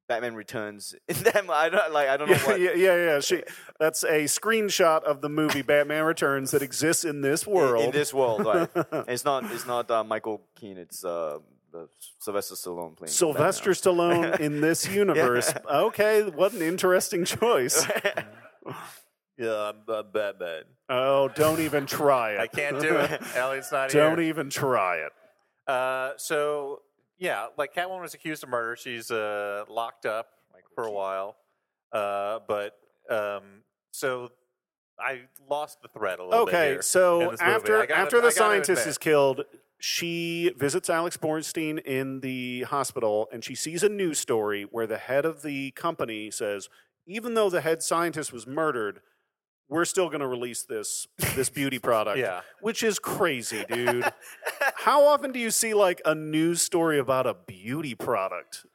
Speaker 4: Batman Returns in them. I don't like. I don't know
Speaker 2: yeah,
Speaker 4: what.
Speaker 2: yeah, yeah. She, that's a screenshot of the movie Batman Returns that exists in this
Speaker 4: in-
Speaker 2: world.
Speaker 4: In this world, right? And it's not. It's not uh, Michael Keane. It's uh, the Sylvester Stallone playing.
Speaker 2: Sylvester Stallone in this universe. Okay, what an interesting choice.
Speaker 4: Batman.
Speaker 3: Yeah, I'm, I'm Batman.
Speaker 2: Oh, don't even try
Speaker 3: I
Speaker 2: it.
Speaker 3: can't do it. Elliot's not
Speaker 2: Don't
Speaker 3: here.
Speaker 2: even try it.
Speaker 3: Uh, so yeah, like Catwoman was accused of murder. She's uh, locked up like for a while. Uh, but um, so I lost the thread a little bit.
Speaker 2: Okay,
Speaker 3: here in
Speaker 2: so
Speaker 3: this movie.
Speaker 2: after
Speaker 3: I gotta-
Speaker 2: after the
Speaker 3: I gotta
Speaker 2: scientist
Speaker 3: admit.
Speaker 2: is killed, she visits Alex Bornstein in the hospital, and she sees a news story where the head of the company says, "Even though the head scientist was murdered, we're still going to release this this beauty product."
Speaker 3: Yeah.
Speaker 2: which is crazy, dude. How often do you see like a news story about a beauty product?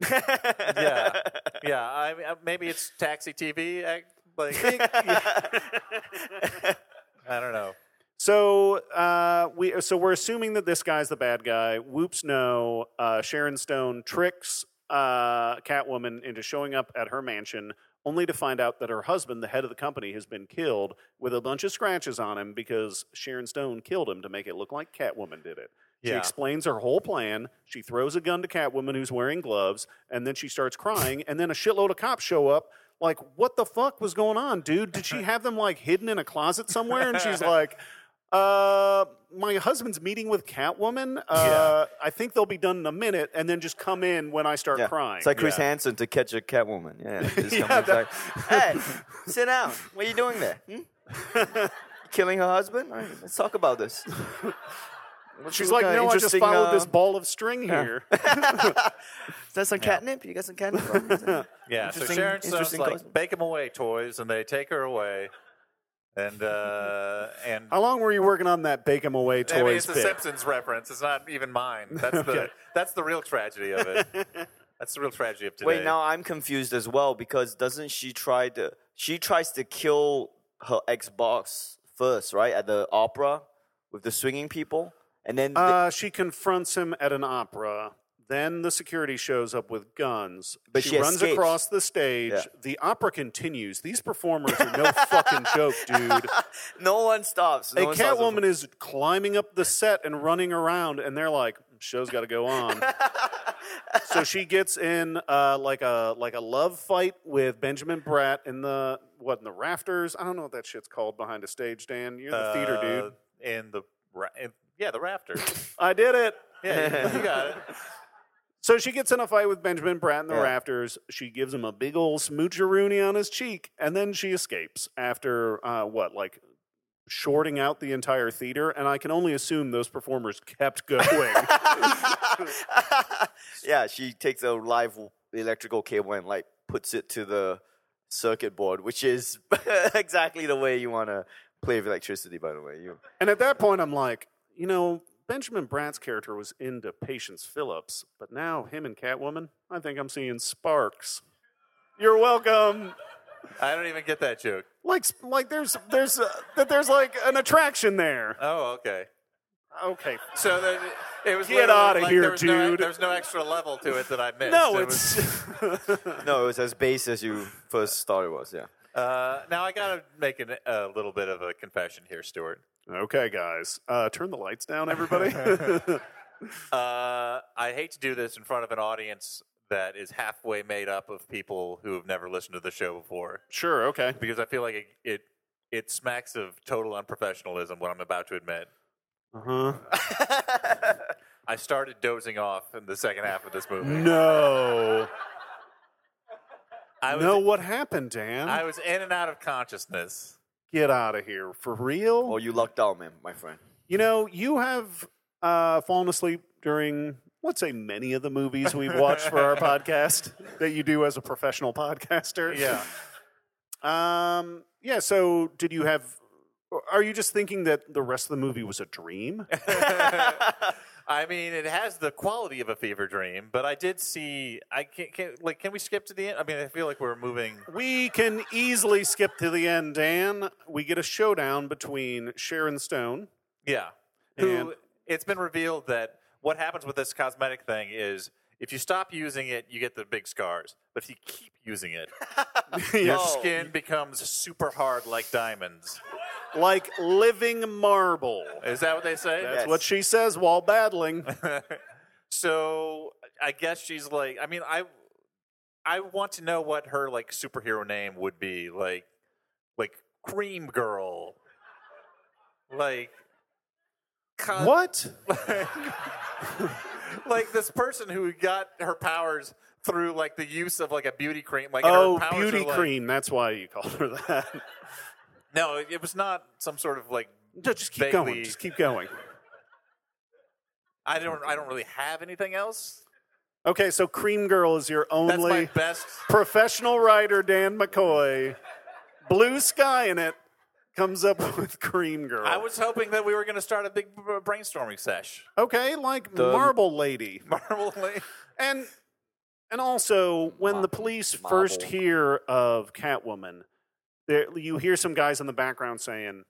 Speaker 3: yeah, yeah. I, I, maybe it's taxi TV. I, like I don't know.
Speaker 2: So uh, we so we're assuming that this guy's the bad guy. Whoops, no. Uh, Sharon Stone tricks uh, Catwoman into showing up at her mansion, only to find out that her husband, the head of the company, has been killed with a bunch of scratches on him because Sharon Stone killed him to make it look like Catwoman did it. She
Speaker 3: Yeah.
Speaker 2: explains her whole plan. She throws a gun to Catwoman, who's wearing gloves, and then she starts crying. And then a shitload of cops show up. Like, what the fuck was going on, dude? Did she have them like hidden in a closet somewhere? And she's like, Uh, my husband's meeting with Catwoman. Uh, I think they'll be done in a minute, and then just come in when I start
Speaker 4: Yeah.
Speaker 2: crying.
Speaker 4: It's like Chris
Speaker 3: Yeah.
Speaker 4: Hansen to catch a Catwoman. Yeah, just
Speaker 2: Yeah,
Speaker 4: comes
Speaker 2: that-
Speaker 4: back, hey, sit down. What are you doing there? Hmm? Killing her husband? All right, let's talk about this. Let's
Speaker 2: She's
Speaker 4: look
Speaker 2: like,
Speaker 4: at
Speaker 2: no, I just
Speaker 4: interesting,
Speaker 2: followed
Speaker 4: uh,
Speaker 2: this ball of string here.
Speaker 4: Is that some catnip? You got some catnip?
Speaker 3: Yeah, so
Speaker 4: Interesting-
Speaker 3: Sharon Stone's
Speaker 4: interesting
Speaker 3: like,
Speaker 4: question.
Speaker 3: bake them away, toys, and they take her away. And, uh, and
Speaker 2: How long were you working on that Bake 'em Away toys
Speaker 3: I mean, it's a
Speaker 2: bit?
Speaker 3: Simpsons reference. It's not even mine. That's the that's the real tragedy of it. that's the real tragedy of today.
Speaker 4: Wait, now I'm confused as well because doesn't she try to? She tries to kill her ex boss first, right at the opera with the swinging people, and then the-
Speaker 2: Uh, she confronts him at an opera. Then the security shows up with guns.
Speaker 4: But she
Speaker 2: runs
Speaker 4: escapes.
Speaker 2: across the stage.
Speaker 4: Yeah.
Speaker 2: The opera continues. These performers are no fucking joke, dude.
Speaker 4: no one stops. No
Speaker 2: a
Speaker 4: one stops
Speaker 2: Catwoman is climbing up the set and running around, and they're like, "Show's got to go on." so she gets in uh, like a like a love fight with Benjamin Bratt in the what in the rafters? I don't know what that shit's called behind a stage. Dan, you're the theater
Speaker 4: Uh,
Speaker 2: dude.
Speaker 3: Uh, In the ra- in, yeah, the rafters.
Speaker 2: I did it.
Speaker 3: yeah, you got it.
Speaker 2: So she gets in a fight with Benjamin Bratt in the
Speaker 4: Yeah.
Speaker 2: rafters. She gives him a big old smoocheroonie on his cheek, and then she escapes after uh, what, like shorting out the entire theater. And I can only assume those performers kept going.
Speaker 4: yeah, she takes a live electrical cable and like puts it to the circuit board, which is exactly the way you want to play with electricity. By the way, you
Speaker 2: and at that point, I'm like, you know, Benjamin Bratt's character was into Patience Phillips, but now him and Catwoman, I think I'm seeing sparks. You're welcome.
Speaker 3: I don't even get that joke.
Speaker 2: Like, like there's, there's, uh, that there's like an attraction there.
Speaker 3: Oh, okay.
Speaker 2: Okay,
Speaker 3: So there, it was
Speaker 2: Get
Speaker 3: literally
Speaker 2: outta
Speaker 3: like
Speaker 2: here,
Speaker 3: there was no-
Speaker 2: dude.
Speaker 3: there was no extra level to it that I missed.
Speaker 2: no,
Speaker 3: It was-
Speaker 2: it's.
Speaker 4: no, it was as base as you first thought it was. Yeah.
Speaker 3: Uh, now I gotta make an, a little bit of a confession here, Stuart.
Speaker 2: Okay, guys, uh, turn the lights down, everybody.
Speaker 3: Uh, I hate to do this in front of an audience that is halfway made up of people who have never listened to the show before,
Speaker 2: sure, okay.
Speaker 3: because I feel like it it, it smacks of total unprofessionalism. What I'm about to admit,
Speaker 2: Uh-huh.
Speaker 3: I started dozing off in the second half of this movie.
Speaker 2: No,
Speaker 3: I was,
Speaker 2: no, what happened, Dan?
Speaker 3: I was in and out of consciousness.
Speaker 2: Get out of here for real.
Speaker 4: Oh, you lucked out, man, my friend.
Speaker 2: You know, you have uh, fallen asleep during, let's say, many of the movies we've watched for our podcast that you do as a professional podcaster.
Speaker 3: Yeah.
Speaker 2: Um. Yeah. So, did you have? Are you just thinking that the rest of the movie was a dream?
Speaker 3: I mean, it has the quality of a fever dream, but I did see. I can't, can't like. Can we skip to the end? I mean, I feel like we're moving.
Speaker 2: We can easily skip to the end, Dan. We get a showdown between Sharon Stone.
Speaker 3: Yeah. Who
Speaker 2: And-
Speaker 3: it's been revealed that what happens with this cosmetic thing is if you stop using it, you get the big scars. But if you keep using it, your
Speaker 2: yes.
Speaker 3: skin becomes super hard like diamonds.
Speaker 2: Like living marble.
Speaker 3: Is that what they say?
Speaker 2: That's what she says while battling.
Speaker 3: So I guess she's like I mean I I want to know what her like superhero name would be like like cream girl like co-
Speaker 2: what?
Speaker 3: like this person who got her powers through like the use of like a beauty cream like
Speaker 2: Oh,
Speaker 3: her powers are,
Speaker 2: beauty
Speaker 3: like-
Speaker 2: cream. That's why you called her that.
Speaker 3: No, it was not some sort of like
Speaker 2: No, just keep
Speaker 3: Vaguely-
Speaker 2: going. Just keep going.
Speaker 3: I don't I don't really have anything else.
Speaker 2: Okay, so Cream Girl is your
Speaker 3: That's my
Speaker 2: only
Speaker 3: best
Speaker 2: professional writer, Dan McCoy. Blue Sky in it comes up with Cream Girl.
Speaker 3: I was hoping that we were going to start a big b- brainstorming sesh.
Speaker 2: okay, like
Speaker 4: The-
Speaker 2: Marble Lady.
Speaker 3: Marvel
Speaker 2: And and also when the police first
Speaker 4: marble.
Speaker 2: hear of Catwoman, there you hear some guys in the background saying,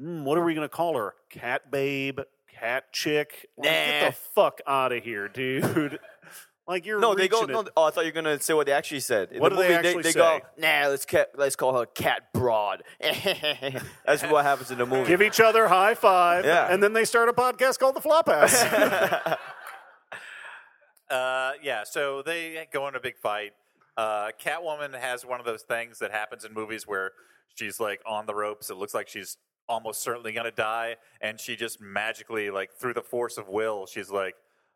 Speaker 2: mm, "What are we going to call her? Cat babe, cat chick? Like, Get
Speaker 4: Nah.
Speaker 2: the fuck out of here, dude! like you're
Speaker 4: No, they go.
Speaker 2: reaching
Speaker 4: No,
Speaker 2: it.
Speaker 4: oh, I thought you were gonna say what they actually said. In
Speaker 2: What
Speaker 4: the
Speaker 2: do they
Speaker 4: movie,
Speaker 2: actually
Speaker 4: they,
Speaker 2: say?
Speaker 4: go, nah, let's ca- let's call her cat broad. That's what happens in the movie.
Speaker 2: Give each other high five,
Speaker 4: Yeah.
Speaker 2: and then they start a podcast called the Flophouse.
Speaker 3: Uh, yeah, so they go in a big fight. Uh, Catwoman has one of those things that happens in movies where she's like on the ropes. It looks like she's almost certainly going to die, and she just magically, like through the force of will, she's like,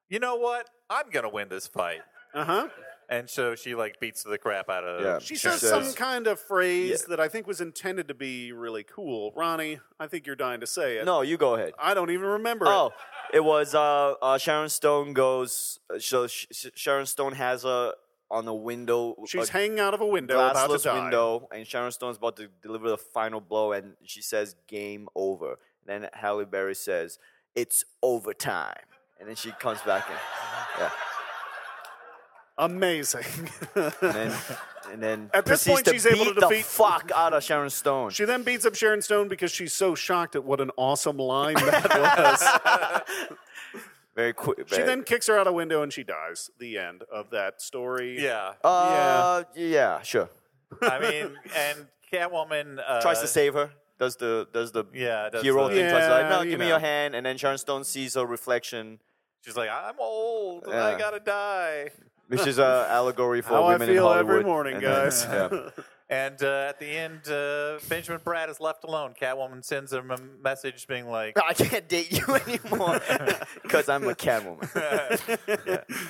Speaker 3: you know what? I'm going to win this fight.
Speaker 2: Uh huh.
Speaker 3: And so she like beats the crap out of.
Speaker 4: Yeah.
Speaker 2: She
Speaker 4: She
Speaker 2: says
Speaker 4: says-
Speaker 2: some kind of phrase
Speaker 4: Yeah.
Speaker 2: that I think was intended to be really cool. Ronnie, I think you're dying to say it.
Speaker 4: No, you go ahead.
Speaker 2: I don't even remember.
Speaker 4: Oh, it was uh, uh, Sharon Stone goes. So sh- sh- Sharon Stone has a on the window.
Speaker 2: it. She's
Speaker 4: a
Speaker 2: hanging out of a window, about to
Speaker 4: glassless
Speaker 2: die.
Speaker 4: window, and Sharon Stone's about to deliver the final blow, and she says, "Game over." Then Halle Berry says, "It's overtime," and then she comes back in, yeah,
Speaker 2: Amazing.
Speaker 4: and then. And then
Speaker 2: At this point,
Speaker 4: proceeds
Speaker 2: she's able
Speaker 4: beat
Speaker 2: to defeat-
Speaker 4: the fuck out of Sharon Stone.
Speaker 2: she then beats up Sharon Stone because she's so shocked at what an awesome line that was.
Speaker 4: very quick.
Speaker 2: She then kicks her out a window and she dies. The end of that story.
Speaker 3: Yeah.
Speaker 4: uh, yeah. sure.
Speaker 3: I mean, and Catwoman uh,
Speaker 4: Tries to save her. Does the does the
Speaker 3: Yeah, does
Speaker 4: hero
Speaker 3: the-
Speaker 4: thing? tries to, like,
Speaker 2: Yeah,
Speaker 4: no,
Speaker 2: you
Speaker 4: give me
Speaker 2: know.
Speaker 4: your hand, and then Sharon Stone sees her reflection,
Speaker 3: She's like, I'm old. I
Speaker 4: Yeah.
Speaker 3: gotta die.
Speaker 4: which is a allegory for
Speaker 2: How I
Speaker 4: women in
Speaker 2: feel every
Speaker 4: Hollywood.
Speaker 2: morning,
Speaker 4: And then-
Speaker 2: guys.
Speaker 4: yeah.
Speaker 3: And uh, at the end, uh, Benjamin Brad is left alone. Catwoman sends him a message being like,
Speaker 4: I can't date you anymore because I'm a catwoman.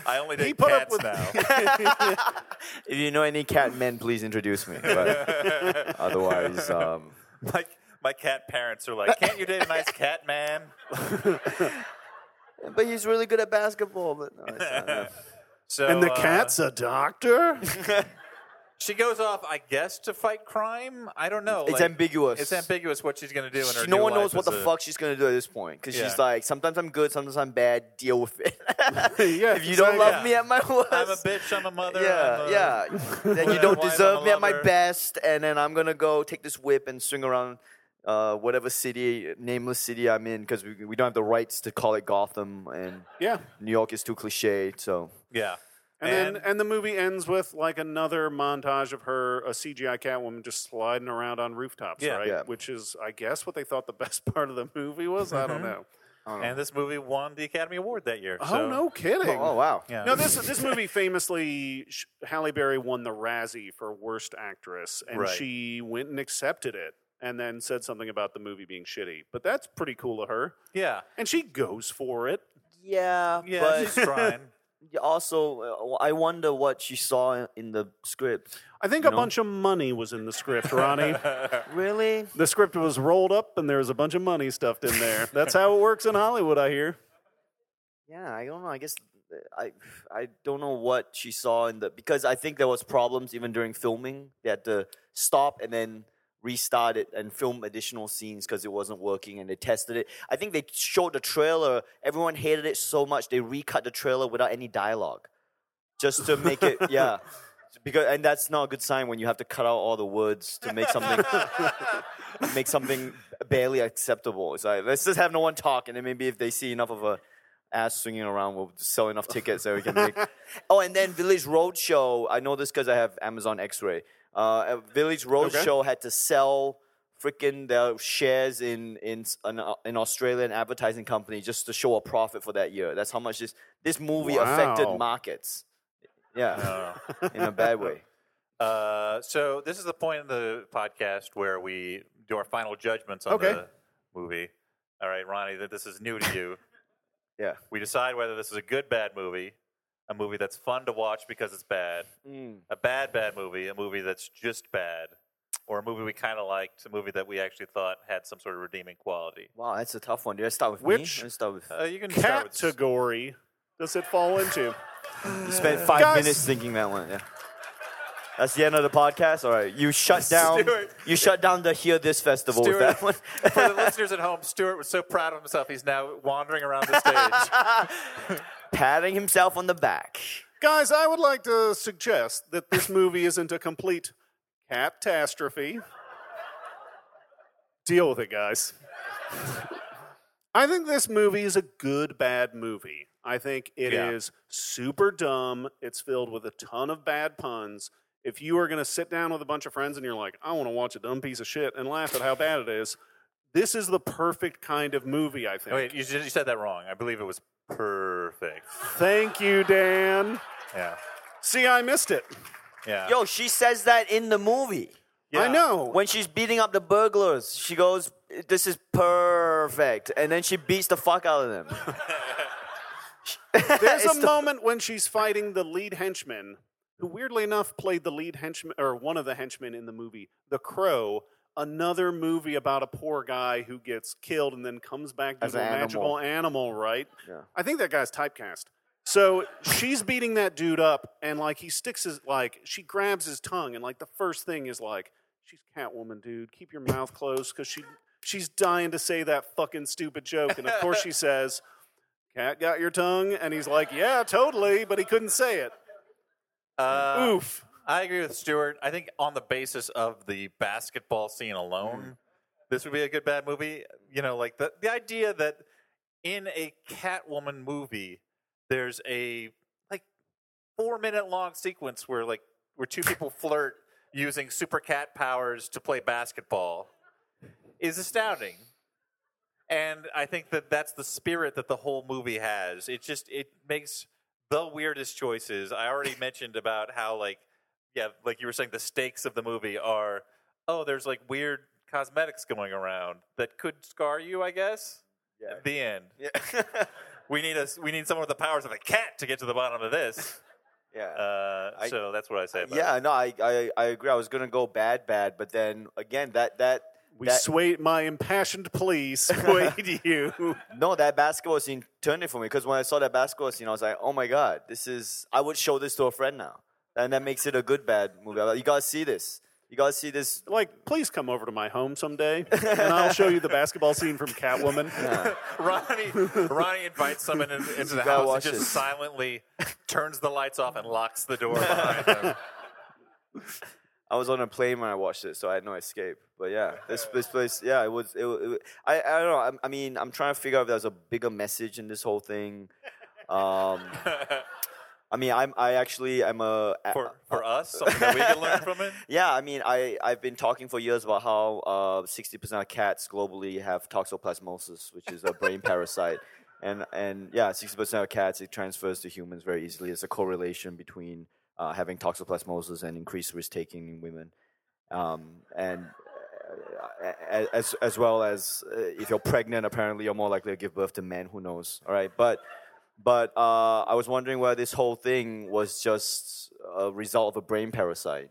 Speaker 3: I only date
Speaker 2: put up
Speaker 3: cats
Speaker 2: with-
Speaker 3: now.
Speaker 4: If you know any cat men, please introduce me. But otherwise, um,
Speaker 3: my, my cat parents are like, can't you date a nice cat man?
Speaker 4: but he's really good at basketball. But no, it's not, yeah.
Speaker 3: So
Speaker 2: And the
Speaker 3: uh,
Speaker 2: cat's a doctor?
Speaker 3: she goes off, I guess, to fight crime. I don't know.
Speaker 4: It's
Speaker 3: Like,
Speaker 4: ambiguous.
Speaker 3: It's ambiguous what she's gonna do in her.
Speaker 4: She- no
Speaker 3: new
Speaker 4: one knows
Speaker 3: life
Speaker 4: what
Speaker 3: as
Speaker 4: the
Speaker 3: a-
Speaker 4: fuck she's gonna do at this point because
Speaker 3: Yeah.
Speaker 4: she's like, sometimes I'm good, sometimes I'm bad. Deal with it.
Speaker 2: Yeah,
Speaker 4: if you don't love
Speaker 3: yeah.
Speaker 4: me at my worst,
Speaker 3: I'm a bitch. I'm a mother.
Speaker 4: Yeah,
Speaker 3: I'm a-
Speaker 4: yeah. then you
Speaker 3: Yeah,
Speaker 4: don't
Speaker 3: why am I
Speaker 4: deserve me at my
Speaker 3: lover?
Speaker 4: best, and then I'm gonna go take this whip and swing around uh, whatever city, nameless city I'm in, because we, we don't have the rights to call it Gotham, and
Speaker 2: Yeah.
Speaker 4: New York is too cliched. So
Speaker 3: Yeah.
Speaker 2: And, then, and the movie ends with like another montage of her, a CGI Catwoman, just sliding around on rooftops,
Speaker 3: Yeah.
Speaker 2: right?
Speaker 4: Yeah.
Speaker 2: Which is, I guess, what they thought the best part of the movie was. I
Speaker 4: Mm-hmm.
Speaker 2: don't know.
Speaker 3: and this movie won the Academy Award that year.
Speaker 2: Oh,
Speaker 3: so-
Speaker 2: no kidding.
Speaker 4: oh wow,
Speaker 3: Yeah.
Speaker 2: No, this this movie famously, sh- Halle Berry won the Razzie for worst actress, and
Speaker 3: Right.
Speaker 2: she went and accepted it, and then said something about the movie being shitty. But that's pretty cool of her,
Speaker 3: Yeah.
Speaker 2: and she goes for it.
Speaker 4: yeah,
Speaker 3: Yeah. she's
Speaker 4: but
Speaker 3: trying.
Speaker 4: also uh, I wonder what she saw in- in the script.
Speaker 2: I think a
Speaker 4: know?
Speaker 2: bunch of money was in the script, Ronnie.
Speaker 3: Uh,
Speaker 4: Really?
Speaker 2: the script was rolled up, and there was a bunch of money stuffed in there. That's how it works in Hollywood, I hear.
Speaker 4: Yeah, I don't know. I guess uh, I I don't know what she saw in the because I think there was problems even during filming. They had to stop and then restart it and film additional scenes because it wasn't working and they tested it. I think they showed the trailer. Everyone hated it so much they recut the trailer without any dialogue just to make it yeah. Because and that's not a good sign when you have to cut out all the words to make something make something barely acceptable. It's like let's just have no one talk, and then maybe if they see enough of a ass swinging around, we'll sell enough tickets that we can make. oh, and then Village Roadshow. I know this because I have Amazon X-ray. Uh, Village Roadshow had to sell freaking their shares in in s- an, uh, an Australian advertising company just to show a profit for that year. That's how much this this movie
Speaker 2: Wow.
Speaker 4: affected markets. Yeah,
Speaker 3: Oh.
Speaker 4: in a bad way.
Speaker 3: Uh, so this is the point in the podcast where we do our final judgments on
Speaker 2: Okay.
Speaker 3: the movie. All right, Ronnie, that this is new to you.
Speaker 4: Yeah.
Speaker 3: We decide whether this is a good bad movie, a movie that's fun to watch because it's bad,
Speaker 4: Mm.
Speaker 3: a bad bad movie, a movie that's just bad, or a movie we kind of liked, a movie that we actually thought had some sort of redeeming quality.
Speaker 4: Wow, that's a tough one. Did I start with
Speaker 2: Which-
Speaker 4: me? Let's start with.
Speaker 3: Uh, you can start with
Speaker 2: Category does it fall into?
Speaker 4: You spent five
Speaker 2: Guys.
Speaker 4: minutes thinking that one. Yeah. That's the end of the podcast. All right, you shut down.
Speaker 3: Stuart.
Speaker 4: You shut down the Hear This Festival
Speaker 3: Stuart.
Speaker 4: with that one.
Speaker 3: for the listeners at home. Stuart was so proud of himself; he's now wandering around the stage.
Speaker 4: Patting himself on the back.
Speaker 2: Guys, I would like to suggest that this movie isn't a complete catastrophe. Deal with it, guys. I think this movie is a good bad movie. I think it is
Speaker 3: Yeah.
Speaker 2: super dumb. It's filled with a ton of bad puns. If you are going to sit down with a bunch of friends and you're like, I want to watch a dumb piece of shit and laugh at how bad it is, this is the perfect kind of movie, I think.
Speaker 3: Wait, you, you said that wrong. I believe it was perfect.
Speaker 2: Thank you, Dan.
Speaker 3: Yeah.
Speaker 2: See, I missed it.
Speaker 3: Yeah.
Speaker 4: Yo, she says that in the movie.
Speaker 2: I know.
Speaker 4: When she's beating up the burglars, she goes, "This is perfect," and then she beats the fuck out of them.
Speaker 2: There's a moment when she's fighting the lead henchman, who weirdly enough played the lead henchman or one of the henchmen in the movie, The Crow. Another movie about a poor guy who gets killed and then comes back
Speaker 4: As
Speaker 2: as a
Speaker 4: an
Speaker 2: magical animal, right?
Speaker 4: Yeah.
Speaker 2: I think that guy's typecast. So she's beating that dude up, and like he sticks his like she grabs his tongue, and like the first thing is like, "She's Catwoman, dude. Keep your mouth closed, because she she's dying to say that fucking stupid joke." And of course she says, Cat got your tongue? And he's like, yeah, totally, but he couldn't say it.
Speaker 3: Uh,
Speaker 2: Oof.
Speaker 3: I agree with Stuart. I think on the basis of the basketball scene alone, this would be a good bad movie. You know, like the the idea that in a Catwoman movie, there's a like four minute long sequence where like where two people flirt using super cat powers to play basketball is astounding. And I think that that's the spirit that the whole movie has. It just it makes the weirdest choices. I already mentioned about how like yeah, like you were saying, the stakes of the movie are oh, there's like weird cosmetics going around that could scar you, I guess.
Speaker 4: Yeah.
Speaker 3: The end.
Speaker 4: yeah.
Speaker 3: We need us. We need someone with the powers of a cat to get to the bottom of this.
Speaker 4: yeah.
Speaker 3: Uh,
Speaker 4: I-
Speaker 3: so that's what I say. About
Speaker 4: yeah,
Speaker 3: it.
Speaker 4: no, I, I I agree. I was gonna go bad, bad, but then again, that that
Speaker 2: We
Speaker 4: that,
Speaker 2: swayed, my impassioned plea swayed you.
Speaker 4: no, that basketball scene turned it for me because when I saw that basketball scene, I was like, oh my god, this is. I would show this to a friend now, and that makes it a good bad movie. I'm like, you gotta see this. You gotta see this.
Speaker 2: Like, please come over to my home someday, and I'll show you the basketball scene from Catwoman.
Speaker 3: Ronnie, Ronnie invites someone in, into the
Speaker 4: gotta
Speaker 3: house and
Speaker 4: watch
Speaker 3: just
Speaker 4: this.
Speaker 3: silently turns the lights off and locks the door behind them.
Speaker 4: I was on a plane when I watched it, so I had no escape. But yeah, this this place, yeah, it was. It, wa- it, wa- I I don't know. I'm- I, mean, I'm trying to figure out if there's a bigger message in this whole thing. Um, I mean, I'm I actually I'm a
Speaker 3: For for us, something that we can learn from it.
Speaker 4: Yeah, I mean, I, I've been talking for years about how uh, 60% of cats globally have toxoplasmosis, which is a brain parasite. And, and yeah, 60% of cats, it transfers to humans very easily. It's a correlation between uh, having toxoplasmosis and increased risk taking in women. Um, and uh, a- as, as well as uh, if you're pregnant, apparently you're more likely to give birth to men, who knows? All right, but. But uh, I was wondering whether this whole thing was just a result of a brain parasite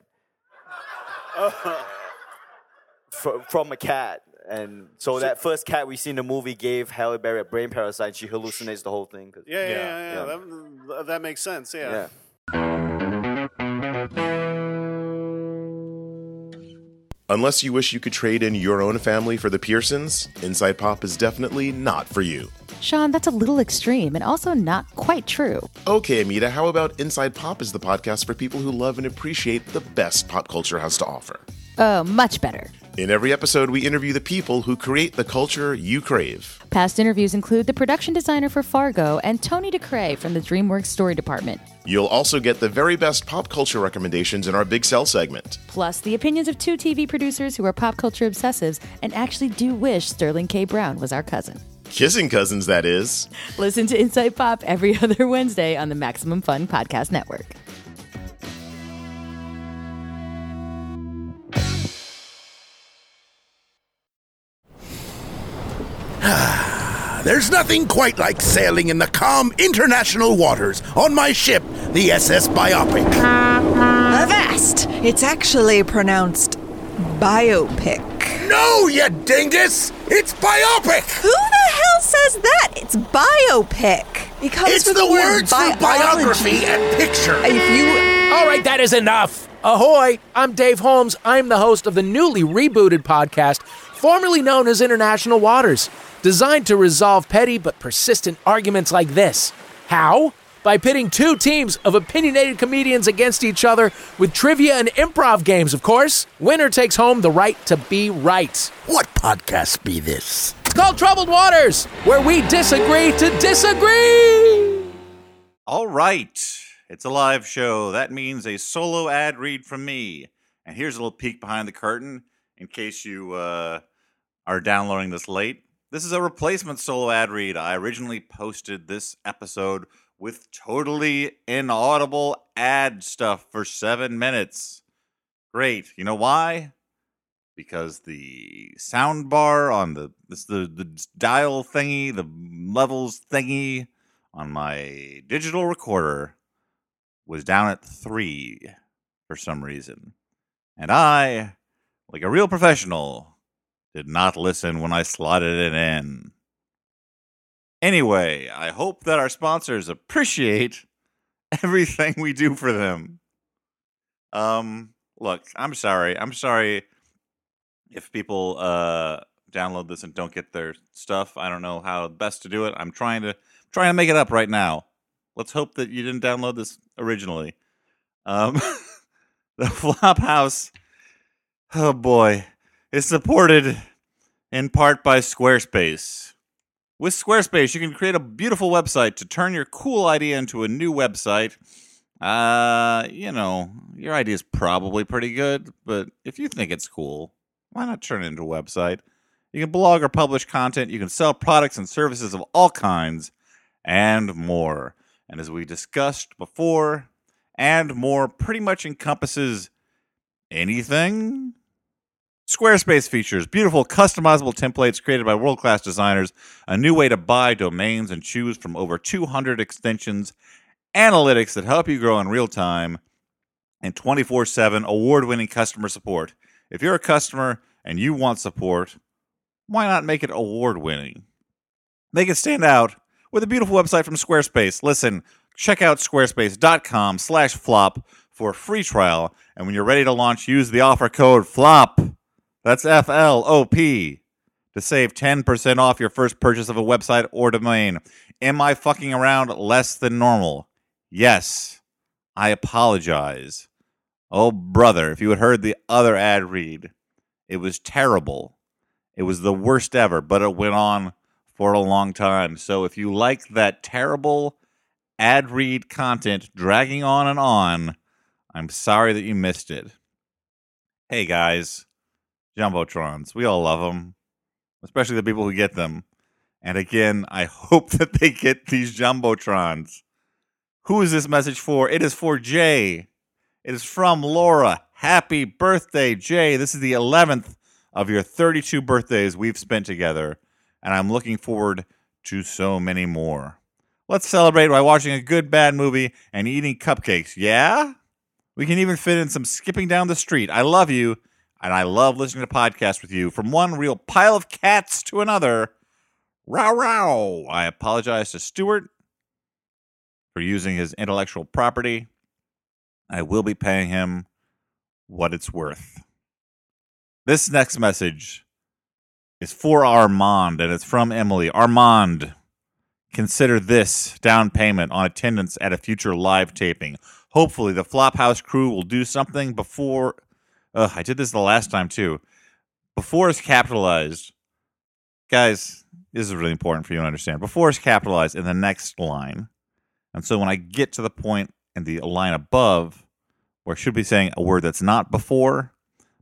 Speaker 4: fr- from a cat. And so, that first cat we see in the movie gave Halle Berry a brain parasite. And she hallucinates the whole thing. 'cause-
Speaker 2: Yeah, yeah, yeah.
Speaker 3: Yeah,
Speaker 2: yeah,
Speaker 4: yeah.
Speaker 2: That, that makes sense, yeah.
Speaker 4: yeah.
Speaker 5: Unless you wish you could trade in your own family for the Pearsons, Inside Pop is definitely not for you.
Speaker 6: Sean, that's a little extreme and also not quite true.
Speaker 5: Okay, Amita, how about Inside Pop is the podcast for people who love and appreciate the best pop culture has to offer?
Speaker 6: Oh, much better.
Speaker 5: In every episode, we interview the people who create the culture you crave.
Speaker 6: Past interviews include the production designer for Fargo and Tony DeCrae from the DreamWorks Story Department,
Speaker 5: You'll also get the very best pop culture recommendations in our Big Sell segment.
Speaker 6: plus the opinions of two TV producers who are pop culture obsessives and actually do wish Sterling K. Brown was our cousin.
Speaker 5: Kissing Cousins, that is.
Speaker 6: Listen to Inside Pop every other Wednesday on the Maximum Fun Podcast Network.
Speaker 7: There's nothing quite like sailing in the calm international waters on my ship, the SS Biopic.
Speaker 8: Avast! It's actually pronounced biopic.
Speaker 7: No, you dingus! It's Biopic!
Speaker 8: Who the hell says that? It's biopic. It comes
Speaker 7: It's
Speaker 8: from
Speaker 7: the words
Speaker 8: word
Speaker 7: for biography and picture.
Speaker 8: If
Speaker 9: All right, that is enough. Ahoy, I'm Dave Holmes. I'm the host of the newly rebooted podcast, formerly known as International Waters, designed to resolve petty but persistent arguments like this. How? By pitting two teams of opinionated comedians against each other with trivia and improv games, of course. Winner takes home the right to be right.
Speaker 7: What podcast be this?
Speaker 9: It's called Troubled Waters, where we disagree to disagree.
Speaker 10: All right. It's a live show. That means a solo ad read from me. And here's a little peek behind the curtain in case you uh, are downloading this late. This is a replacement solo ad read. I originally posted this episode with totally inaudible ad stuff for seven minutes. Great. You know why?
Speaker 3: because the sound bar on the this, the the dial thingy, the levels thingy on my digital recorder was down at 3 for some reason. And I, like a real professional, did not listen when I slotted it in. Anyway, I hope that our sponsors appreciate everything we do for them. Um, look, I'm sorry. I'm sorry if people uh download this and don't get their stuff. I don't know how best to do it. I'm trying to trying to make it up right now. Let's hope that you didn't download this originally. Um, the Flophouse, oh boy, is supported in part by Squarespace. With Squarespace, you can create a beautiful website to turn your cool idea into a new website. Uh, you know, your idea is probably pretty good, but if you think it's cool, why not turn it into a website? You can blog or publish content, you can sell products and services of all kinds and more. And as we discussed before, and more pretty much encompasses anything. Squarespace features beautiful customizable templates created by world class designers, a new way to buy domains and choose from over 200 extensions, analytics that help you grow in real time, and 24 7 award winning customer support. If you're a customer and you want support, why not make it award winning? Make it stand out with a beautiful website from Squarespace. Listen, check out squarespace.com slash flop for a free trial. And when you're ready to launch, use the offer code FLOP. That's F L O P to save 10% off your first purchase of a website or domain. Am I fucking around less than normal? Yes. I apologize. Oh, brother, if you had heard the other ad read, it was terrible. It was the worst ever, but it went on for a long time. So if you like that terrible ad read content dragging on and on, I'm sorry that you missed it. Hey, guys, Jumbotrons, we all love them, especially the people who get them. And again, I hope that they get these Jumbotrons. Who is this message for? It is for Jay. It is from Laura. Happy birthday, Jay. This is the 11th of your 32 birthdays we've spent together, and I'm looking forward to so many more. Let's celebrate by watching a good bad movie and eating cupcakes. Yeah? We can even fit in some skipping down the street. I love you, and I love listening to podcasts with you. From one real pile of cats to another. Row row. I apologize to Stuart for using his intellectual property. I will be paying him what it's worth. This next message is for Armand, and it's from Emily. Armand, consider this down payment on attendance at a future live taping. Hopefully, the Flophouse crew will do something before. Ugh, I did this the last time too. Before it's capitalized, guys, this is really important for you to understand. Before it's capitalized in the next line. And so when I get to the point in the line above, where I should be saying a word that's not before,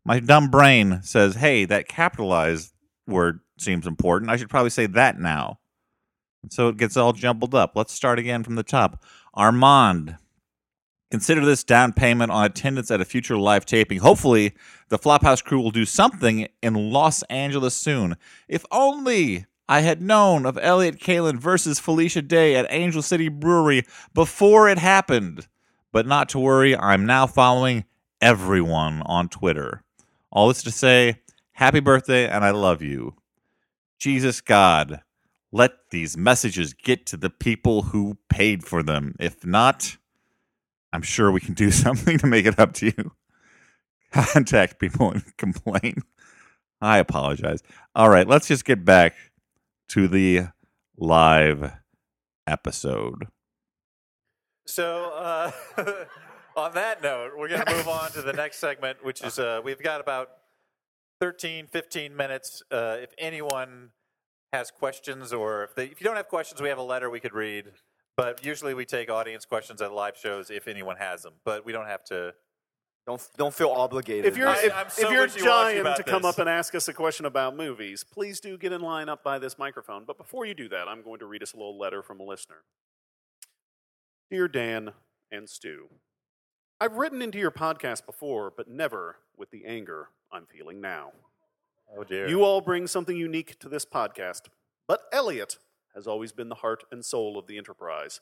Speaker 3: my dumb brain says, hey, that capitalized word seems important. I should probably say that now. And so it gets all jumbled up. Let's start again from the top. Armand, consider this down payment on attendance at a future live taping. Hopefully, the Flophouse crew will do something in Los Angeles soon. If only I had known of Elliot Kalin versus Felicia Day at Angel City Brewery before it happened. But not to worry, I'm now following everyone on Twitter. All this to say, happy birthday and I love you. Jesus God, let these messages get to the people who paid for them. If not, I'm sure we can do something to make it up to you. Contact people and complain. I apologize. All right, let's just get back to the live episode.
Speaker 11: So, uh, on that note, we're going to move on to the next segment, which is uh, we've got about 13, 15 minutes. Uh, if anyone has questions, or if, they, if you don't have questions, we have a letter we could read. But usually we take audience questions at live shows if anyone has them. But we don't have to.
Speaker 4: Don't don't feel obligated.
Speaker 2: If you're
Speaker 11: I-
Speaker 2: if,
Speaker 11: I'm so
Speaker 2: if you're
Speaker 11: wishy-washy
Speaker 2: dying
Speaker 11: about
Speaker 2: to come
Speaker 11: this.
Speaker 2: up and ask us a question about movies, please do get in line up by this microphone. But before you do that, I'm going to read us a little letter from a listener. Dear Dan and Stu, I've written into your podcast before, but never with the anger I'm feeling now.
Speaker 3: Oh dear.
Speaker 2: You all bring something unique to this podcast, but Elliot has always been the heart and soul of the Enterprise.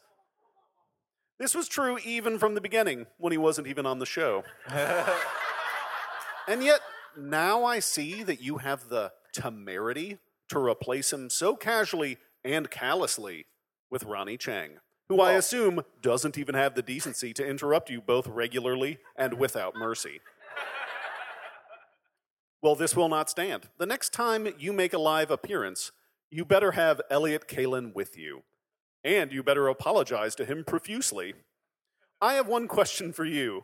Speaker 2: This was true even from the beginning when he wasn't even on the show. and yet, now I see that you have the temerity to replace him so casually and callously with Ronnie Chang, who I assume doesn't even have the decency to interrupt you both regularly and without mercy. Well, this will not stand. The next time you make a live appearance, you better have Elliot Kalin with you. And you better apologize to him profusely. I have one question for you.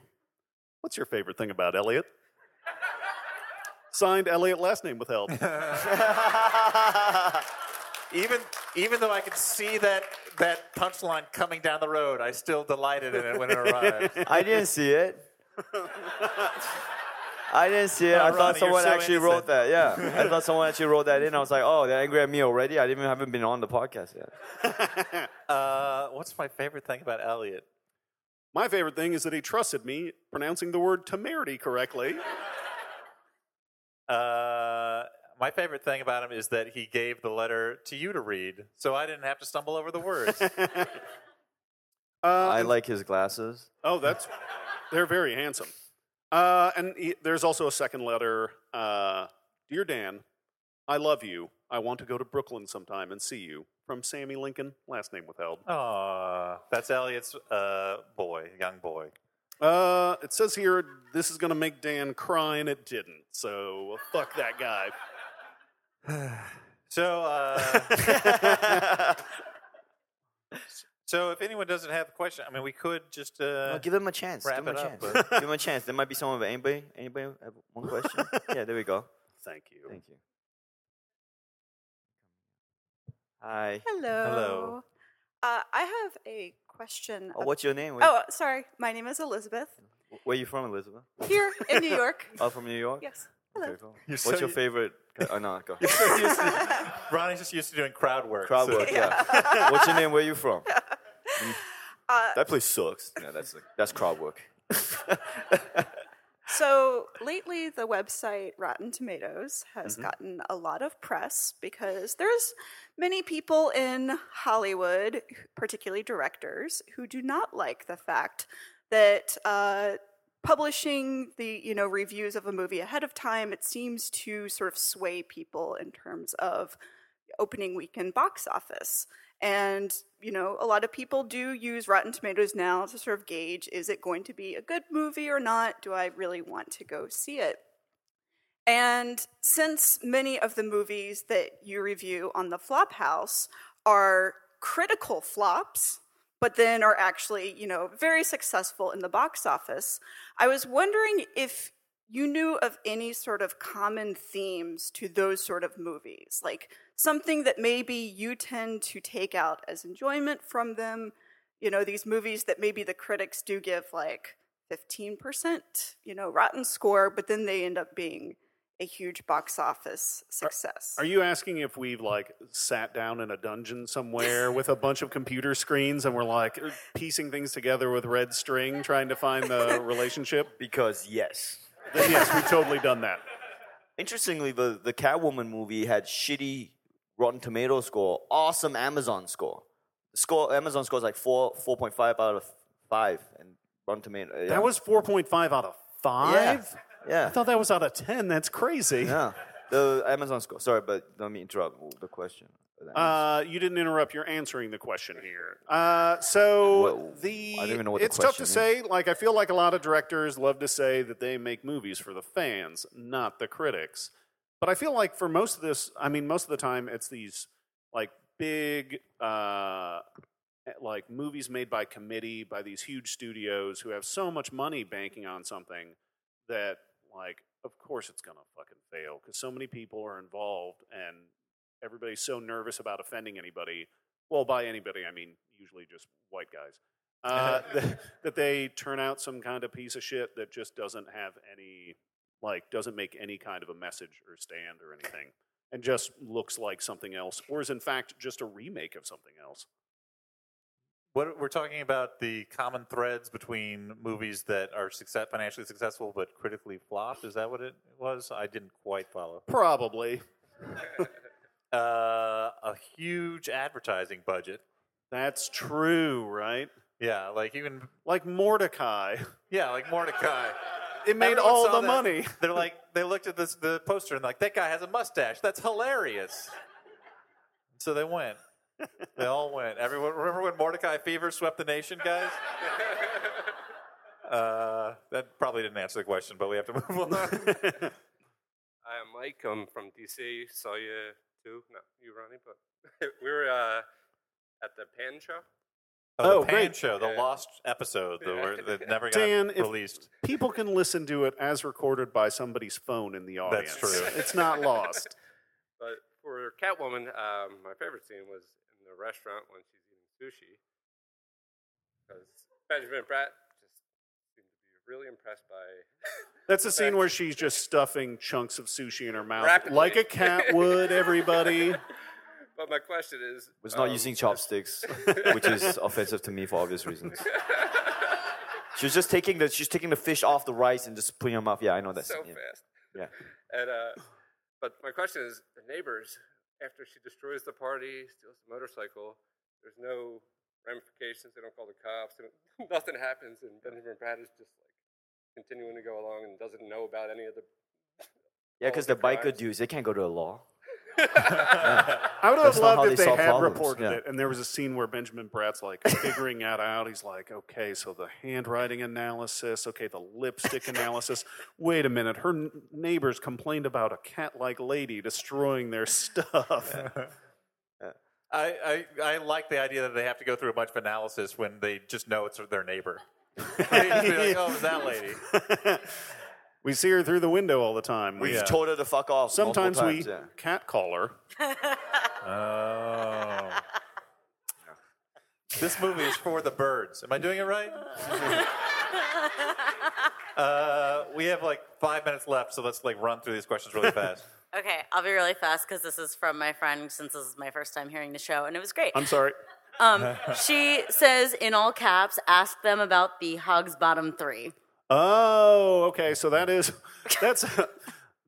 Speaker 2: What's your favorite thing about Elliot? Signed Elliot, last name withheld.
Speaker 3: even even though I could see that that punchline coming down the road, I still delighted in it when it arrived.
Speaker 4: I didn't see it. I didn't see it.
Speaker 3: Oh,
Speaker 4: I
Speaker 3: Ronnie,
Speaker 4: thought
Speaker 3: you're
Speaker 4: someone
Speaker 3: so
Speaker 4: actually
Speaker 3: innocent.
Speaker 4: wrote that. Yeah, I thought someone actually wrote that in. I was like, oh, they're angry at me already. I didn't even haven't been on the podcast yet.
Speaker 3: Uh, what's my favorite thing about Elliot?
Speaker 2: My favorite thing is that he trusted me pronouncing the word temerity correctly.
Speaker 3: Uh, my favorite thing about him is that he gave the letter to you to read, so I didn't have to stumble over the words.
Speaker 4: I
Speaker 2: Uh,
Speaker 4: like his glasses.
Speaker 2: oh, that's they're very handsome. Uh, and he, there's also a second letter. Uh, Dear Dan, I love you. I want to go to Brooklyn sometime and see you. From Sammy Lincoln, last name withheld.
Speaker 3: Aw, that's Elliot's uh, boy, young boy.
Speaker 2: Uh, it says here this is gonna make Dan cry, and it didn't. So fuck that guy.
Speaker 3: So, uh, so if anyone doesn't have a question, I mean, we could just uh,
Speaker 4: Well, give him a chance.
Speaker 3: wrap
Speaker 4: give him a
Speaker 3: it up,
Speaker 4: chance.
Speaker 3: bro.
Speaker 4: give him a chance. There might be someone with anybody. Anybody have one question? yeah, there we go.
Speaker 2: Thank you.
Speaker 4: Thank you. Hi.
Speaker 8: Hello.
Speaker 3: Hello.
Speaker 8: Uh, I have a question.
Speaker 4: Oh, what's your name? Where,
Speaker 8: Oh, sorry. My name is Elizabeth.
Speaker 4: where you from, Elizabeth?
Speaker 8: Here in New York.
Speaker 4: Oh, from New York.
Speaker 8: Yes. Hello.
Speaker 4: Okay, cool. What's your favorite? Oh no, go.
Speaker 3: Ronnie's just used to doing crowd work.
Speaker 4: Crowd
Speaker 3: so-
Speaker 4: work. Yeah. what's your name? Where you from?
Speaker 8: Uh,
Speaker 4: That place sucks. Yeah, that's that's crowd work.
Speaker 8: So lately, the website Rotten Tomatoes has gotten a lot of press because there's many people in Hollywood, particularly directors, who do not like the fact that uh, publishing the you know reviews of a movie ahead of time it seems to sort of sway people in terms of opening weekend box office. And, you know, a lot of people do use Rotten Tomatoes now to sort of gauge is it going to be a good movie or not? Do I really want to go see it? And since many of the movies that you review on the Flop House are critical flops, but then are actually, you know, very successful in the box office, I was wondering if you knew of any sort of common themes to those sort of movies, like something that maybe you tend to take out as enjoyment from them, you know, these movies that maybe the critics do give like 15%, you know, rotten score, but then they end up being a huge box office success.
Speaker 2: Are you asking if we've like sat down in a dungeon somewhere with a bunch of computer screens and we're like piecing things together with red string, trying to find the relationship?
Speaker 4: Because yes.
Speaker 2: Then yes, we've totally done that.
Speaker 4: Interestingly, the the Catwoman movie had shitty Rotten Tomato score, awesome Amazon score. Score Amazon score is like four four point five out of five, and Rotten Tomato. yeah.
Speaker 2: That was 4.5 out of 5?
Speaker 4: yeah, yeah,
Speaker 2: I thought that was out of 10. That's crazy.
Speaker 4: yeah. The Amazon score. Sorry, but let me interrupt the question.
Speaker 2: Uh, you didn't interrupt. You're answering the question here. Uh, so
Speaker 4: Well,
Speaker 2: the
Speaker 4: I don't even know what the
Speaker 2: it's tough to
Speaker 4: question
Speaker 2: say. Like I feel like a lot of directors love to say that they make movies for the fans, not the critics. But I feel like for most of this, I mean, most of the time, it's these like big uh, like movies made by committee by these huge studios who have so much money banking on something that like of course it's gonna fucking fail because so many people are involved and everybody's so nervous about offending anybody well by anybody i mean usually just white guys uh, that, that they turn out some kind of piece of shit that just doesn't have any like doesn't make any kind of a message or stand or anything and just looks like something else or is in fact just a remake of something else
Speaker 3: What we're talking about the common threads between movies that are success, financially successful but critically flopped. Is that what it was? I didn't quite follow.
Speaker 2: Probably.
Speaker 3: uh, a huge advertising budget.
Speaker 2: That's true, right?
Speaker 3: Yeah, like even
Speaker 2: like Mordecai.
Speaker 3: Yeah, like Mordecai.
Speaker 2: It made
Speaker 3: Everyone
Speaker 2: all
Speaker 3: saw
Speaker 2: the
Speaker 3: that.
Speaker 2: money.
Speaker 3: They're like they looked at this the poster and like that guy has a mustache. That's hilarious. so they went. They all went. Everyone remember when Mordecai Fever swept the nation, guys? Uh, that probably didn't answer the question, but we have to move on. Oh,
Speaker 12: I am Mike. I'm from DC. Saw you too. Not you, Ronnie, but we were uh, at the Pan Show.
Speaker 3: Oh,
Speaker 2: Oh,
Speaker 3: the Pan
Speaker 2: great.
Speaker 3: Show, the lost episode that, were, that never got
Speaker 2: Dan, if
Speaker 3: released.
Speaker 2: people can listen to it as recorded by somebody's phone in the audience.
Speaker 3: That's true.
Speaker 2: It's not lost.
Speaker 12: But for Catwoman, um, my favorite scene was in the restaurant when she's eating sushi. Because Benjamin Bratt just seemed to be really impressed by
Speaker 2: That's the scene where she's just stuffing chunks of sushi in her mouth
Speaker 12: Rapidly.
Speaker 2: like a cat would, everybody.
Speaker 12: But my question is,
Speaker 4: Was not
Speaker 12: um,
Speaker 4: using chopsticks, which is offensive to me for obvious reasons. She was just taking the she's taking the fish off the rice and just putting them up. Yeah, I know that.
Speaker 12: so
Speaker 4: yeah.
Speaker 12: fast.
Speaker 4: Yeah.
Speaker 12: And uh, but my question is, the neighbors after she destroys the party, steals the motorcycle, there's no ramifications. They don't call the cops. And nothing happens, and Benjamin Brad is just like continuing to go along and doesn't know about any of the.
Speaker 4: Yeah, because the biker dudes they can't go to the law.
Speaker 2: I would have
Speaker 4: That's not how
Speaker 2: loved if
Speaker 4: they
Speaker 2: they had
Speaker 4: solve problems,
Speaker 2: reported
Speaker 4: yeah.
Speaker 2: it, and there was a scene where Benjamin Bratt's like figuring that out. He's like, okay, so the handwriting analysis, okay, the lipstick analysis. Wait a minute, her n- neighbors complained about a cat-like lady destroying their stuff.
Speaker 3: I, I, I like the idea that they have to go through a bunch of analysis when they just know it's their neighbor. They just be like, oh, it was that lady.
Speaker 2: we see her through the window all the time.
Speaker 4: We
Speaker 2: We-
Speaker 4: just told her to fuck off. multiple
Speaker 2: Sometimes
Speaker 4: times,
Speaker 2: we
Speaker 4: yeah.
Speaker 2: cat call her.
Speaker 3: Oh. This movie is for the birds. Am I doing it right? uh, we have like five minutes left, so let's like run through these questions really fast.
Speaker 13: Okay, I'll be really fast because this is from my friend since this is my first time hearing the show, and it was great.
Speaker 2: I'm sorry.
Speaker 13: Um, she says in all caps, ask them about the Hogs Bottom Three.
Speaker 2: Oh, okay. So that is that's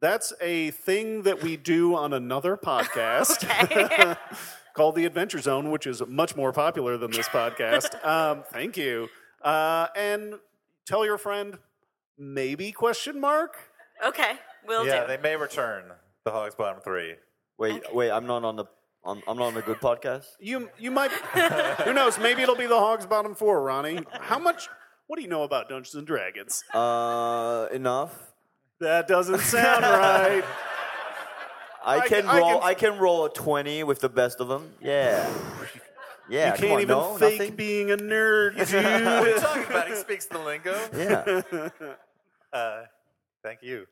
Speaker 2: that's a thing that we do on another podcast called The Adventure Zone, which is much more popular than this podcast. Um, thank you. Uh, and tell your friend maybe question mark.
Speaker 13: Okay, will
Speaker 3: yeah,
Speaker 13: do.
Speaker 3: they may return the Hogs Bottom Three.
Speaker 4: Wait, wait, I'm not on the I'm, I'm not on the good podcast.
Speaker 2: You you might who knows? Maybe it'll be the Hogs Bottom Four, Ronnie. How much? What do you know about Dungeons and Dragons?
Speaker 4: Uh, enough.
Speaker 2: That doesn't sound right.
Speaker 4: I,
Speaker 2: I
Speaker 4: can
Speaker 2: can- I
Speaker 4: roll. I
Speaker 2: can-
Speaker 4: can, roll a twenty with the best of them. Yeah, yeah.
Speaker 2: you
Speaker 4: come
Speaker 2: can't
Speaker 4: on,
Speaker 2: even
Speaker 4: no,
Speaker 2: fake
Speaker 4: nothing?
Speaker 2: being a nerd,
Speaker 3: What are you
Speaker 2: dude.
Speaker 3: talking about? He speaks the lingo.
Speaker 4: Yeah.
Speaker 3: Uh, thank you.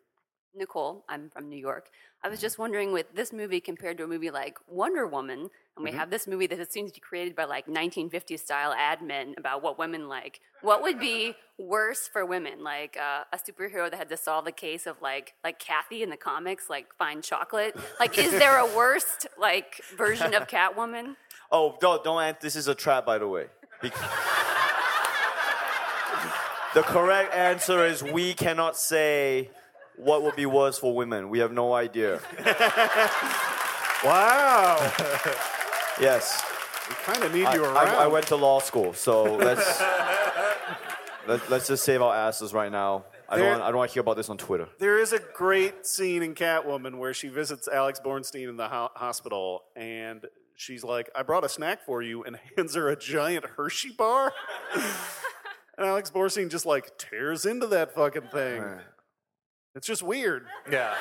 Speaker 14: Nicole, I'm from New York. I was just wondering with this movie compared to a movie like Wonder Woman, and we have this movie that seems to be created by like 1950s style ad men about what women like. What would be worse for women? Like uh, a superhero that had to solve the case of like like Kathy in the comics, like find chocolate. Like, is there a worst like version of Catwoman?
Speaker 4: Oh, don't don't. Ant- This is a trap, by the way. Be- the correct answer is we cannot say what would be worse for women. We have no idea.
Speaker 2: wow.
Speaker 4: Yes,
Speaker 2: We kind of need
Speaker 4: I,
Speaker 2: you around.
Speaker 4: I- I went to law school, so let's let, let's just save our asses right now. I don't
Speaker 2: There-
Speaker 4: want, I don't want to hear about this on Twitter.
Speaker 2: There is a great scene in Catwoman where she visits Alex Bornstein in the ho- hospital, and she's like, "I brought a snack for you," and hands her a giant Hershey bar. and Alex Bornstein just like tears into that fucking thing. It's just weird.
Speaker 3: Yeah.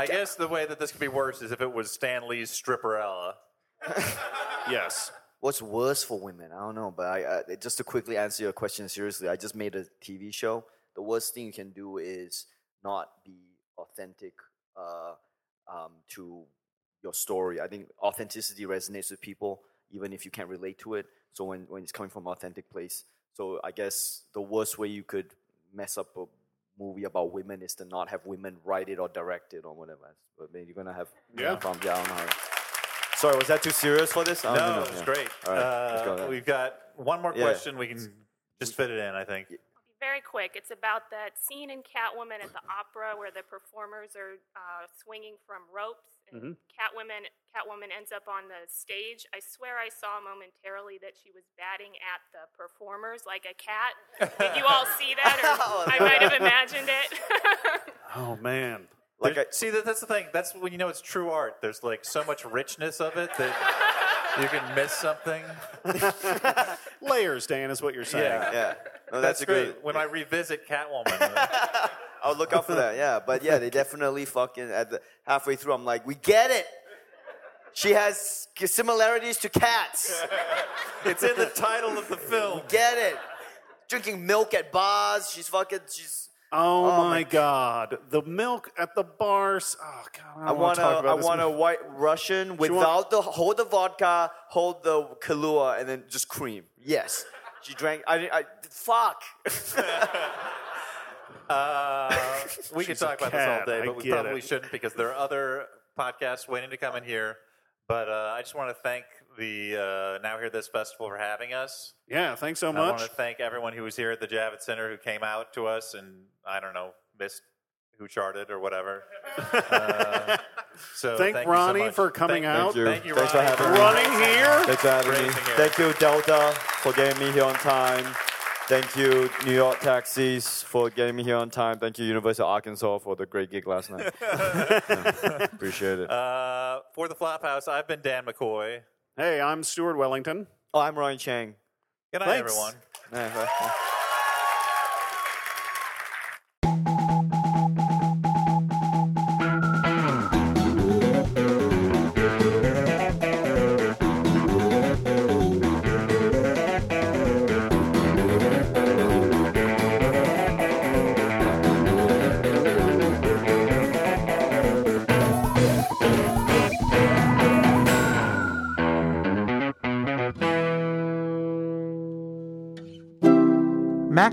Speaker 3: I, guess the way that this could be worse is if it was Stan Lee's stripperella.
Speaker 2: Yes.
Speaker 4: What's worse for women? I don't know, but I, uh, just to quickly answer your question seriously, I just made a TV show. The worst thing you can do is not be authentic uh, um, to your story. I think authenticity resonates with people, even if you can't relate to it. So when, when it's coming from an authentic place, so I guess the worst way you could mess up a movie about women is to not have women write it or direct it or whatever. But maybe you're gonna have
Speaker 2: Yeah.
Speaker 4: from yeah, I don't know. how- Sorry, was that too serious for this? I don't
Speaker 3: No,
Speaker 4: know.
Speaker 3: it was
Speaker 4: Oh, Yeah.
Speaker 3: great.
Speaker 4: All right, let's go
Speaker 3: uh,
Speaker 4: then.
Speaker 3: we've got one more
Speaker 4: Yeah.
Speaker 3: question. We can just fit it in, I think.
Speaker 15: Very quick. It's about that scene in Catwoman at the opera where the performers are uh, swinging from ropes.
Speaker 3: Mhm.
Speaker 15: Catwoman, Catwoman ends up on the stage. I swear I saw momentarily that she was batting at the performers like a cat. Did you all see that? Or I might have imagined it.
Speaker 2: Oh man.
Speaker 3: Like see that that's the thing. That's when you know it's true art. There's like so much richness of it that you can miss something.
Speaker 2: Layers, Dan, is what you're saying.
Speaker 3: Yeah, yeah.
Speaker 4: No,
Speaker 3: that's
Speaker 4: that's a
Speaker 3: great.
Speaker 4: good-
Speaker 3: When I revisit Catwoman,
Speaker 4: I'll look out for that. Yeah, but yeah, they definitely fucking at the halfway through. I'm like, we get it. She has similarities to cats.
Speaker 3: it's in the title of the film.
Speaker 4: get it. Drinking milk at bars. She's fucking. She's.
Speaker 2: Oh, my God! The milk at the bars. Oh God! I,
Speaker 4: I want
Speaker 2: want
Speaker 4: a,
Speaker 2: to talk about
Speaker 4: I
Speaker 2: this
Speaker 4: want a
Speaker 2: movie.
Speaker 4: white Russian
Speaker 2: want-
Speaker 4: without the hold the vodka, hold the Kahlua, and then just cream. Yes, she drank. I, didn't- I fuck.
Speaker 3: uh, we could
Speaker 4: She's a
Speaker 3: talk about
Speaker 4: cat,
Speaker 3: this all day,
Speaker 4: I
Speaker 3: but we
Speaker 4: get
Speaker 3: probably
Speaker 4: it.
Speaker 3: shouldn't because there are other podcasts waiting to come in here. But uh, I just want to thank the uh, Now Hear This Festival for having us.
Speaker 2: Yeah, thanks so
Speaker 3: I
Speaker 2: much.
Speaker 3: want to thank everyone who was here at the Javits Center who came out to us and I don't know missed who charted or whatever. Uh, so
Speaker 2: Thank
Speaker 3: thank
Speaker 2: Ronnie
Speaker 3: you so much.
Speaker 2: for coming
Speaker 3: Thank-
Speaker 2: out.
Speaker 3: Thank you,
Speaker 2: Thank you,
Speaker 4: Thanks
Speaker 2: Ronnie,
Speaker 4: for having
Speaker 2: for
Speaker 4: me.
Speaker 2: running here.
Speaker 4: Thanks for having
Speaker 2: Great
Speaker 4: me.
Speaker 2: to hear.
Speaker 4: Thank you, Delta, for getting me here on time. Thank you, New York taxis, for getting me here on time. Thank you, University of Arkansas, for the great gig last night. Yeah, appreciate it.
Speaker 3: Uh, for the Flophouse, I've been Dan McCoy.
Speaker 2: Hey, I'm Stuart Wellington.
Speaker 4: Oh, I'm Ryan Chang.
Speaker 3: Good night,
Speaker 2: Thanks.
Speaker 3: everyone.
Speaker 4: Yeah, bye.
Speaker 9: MaximumFun.org.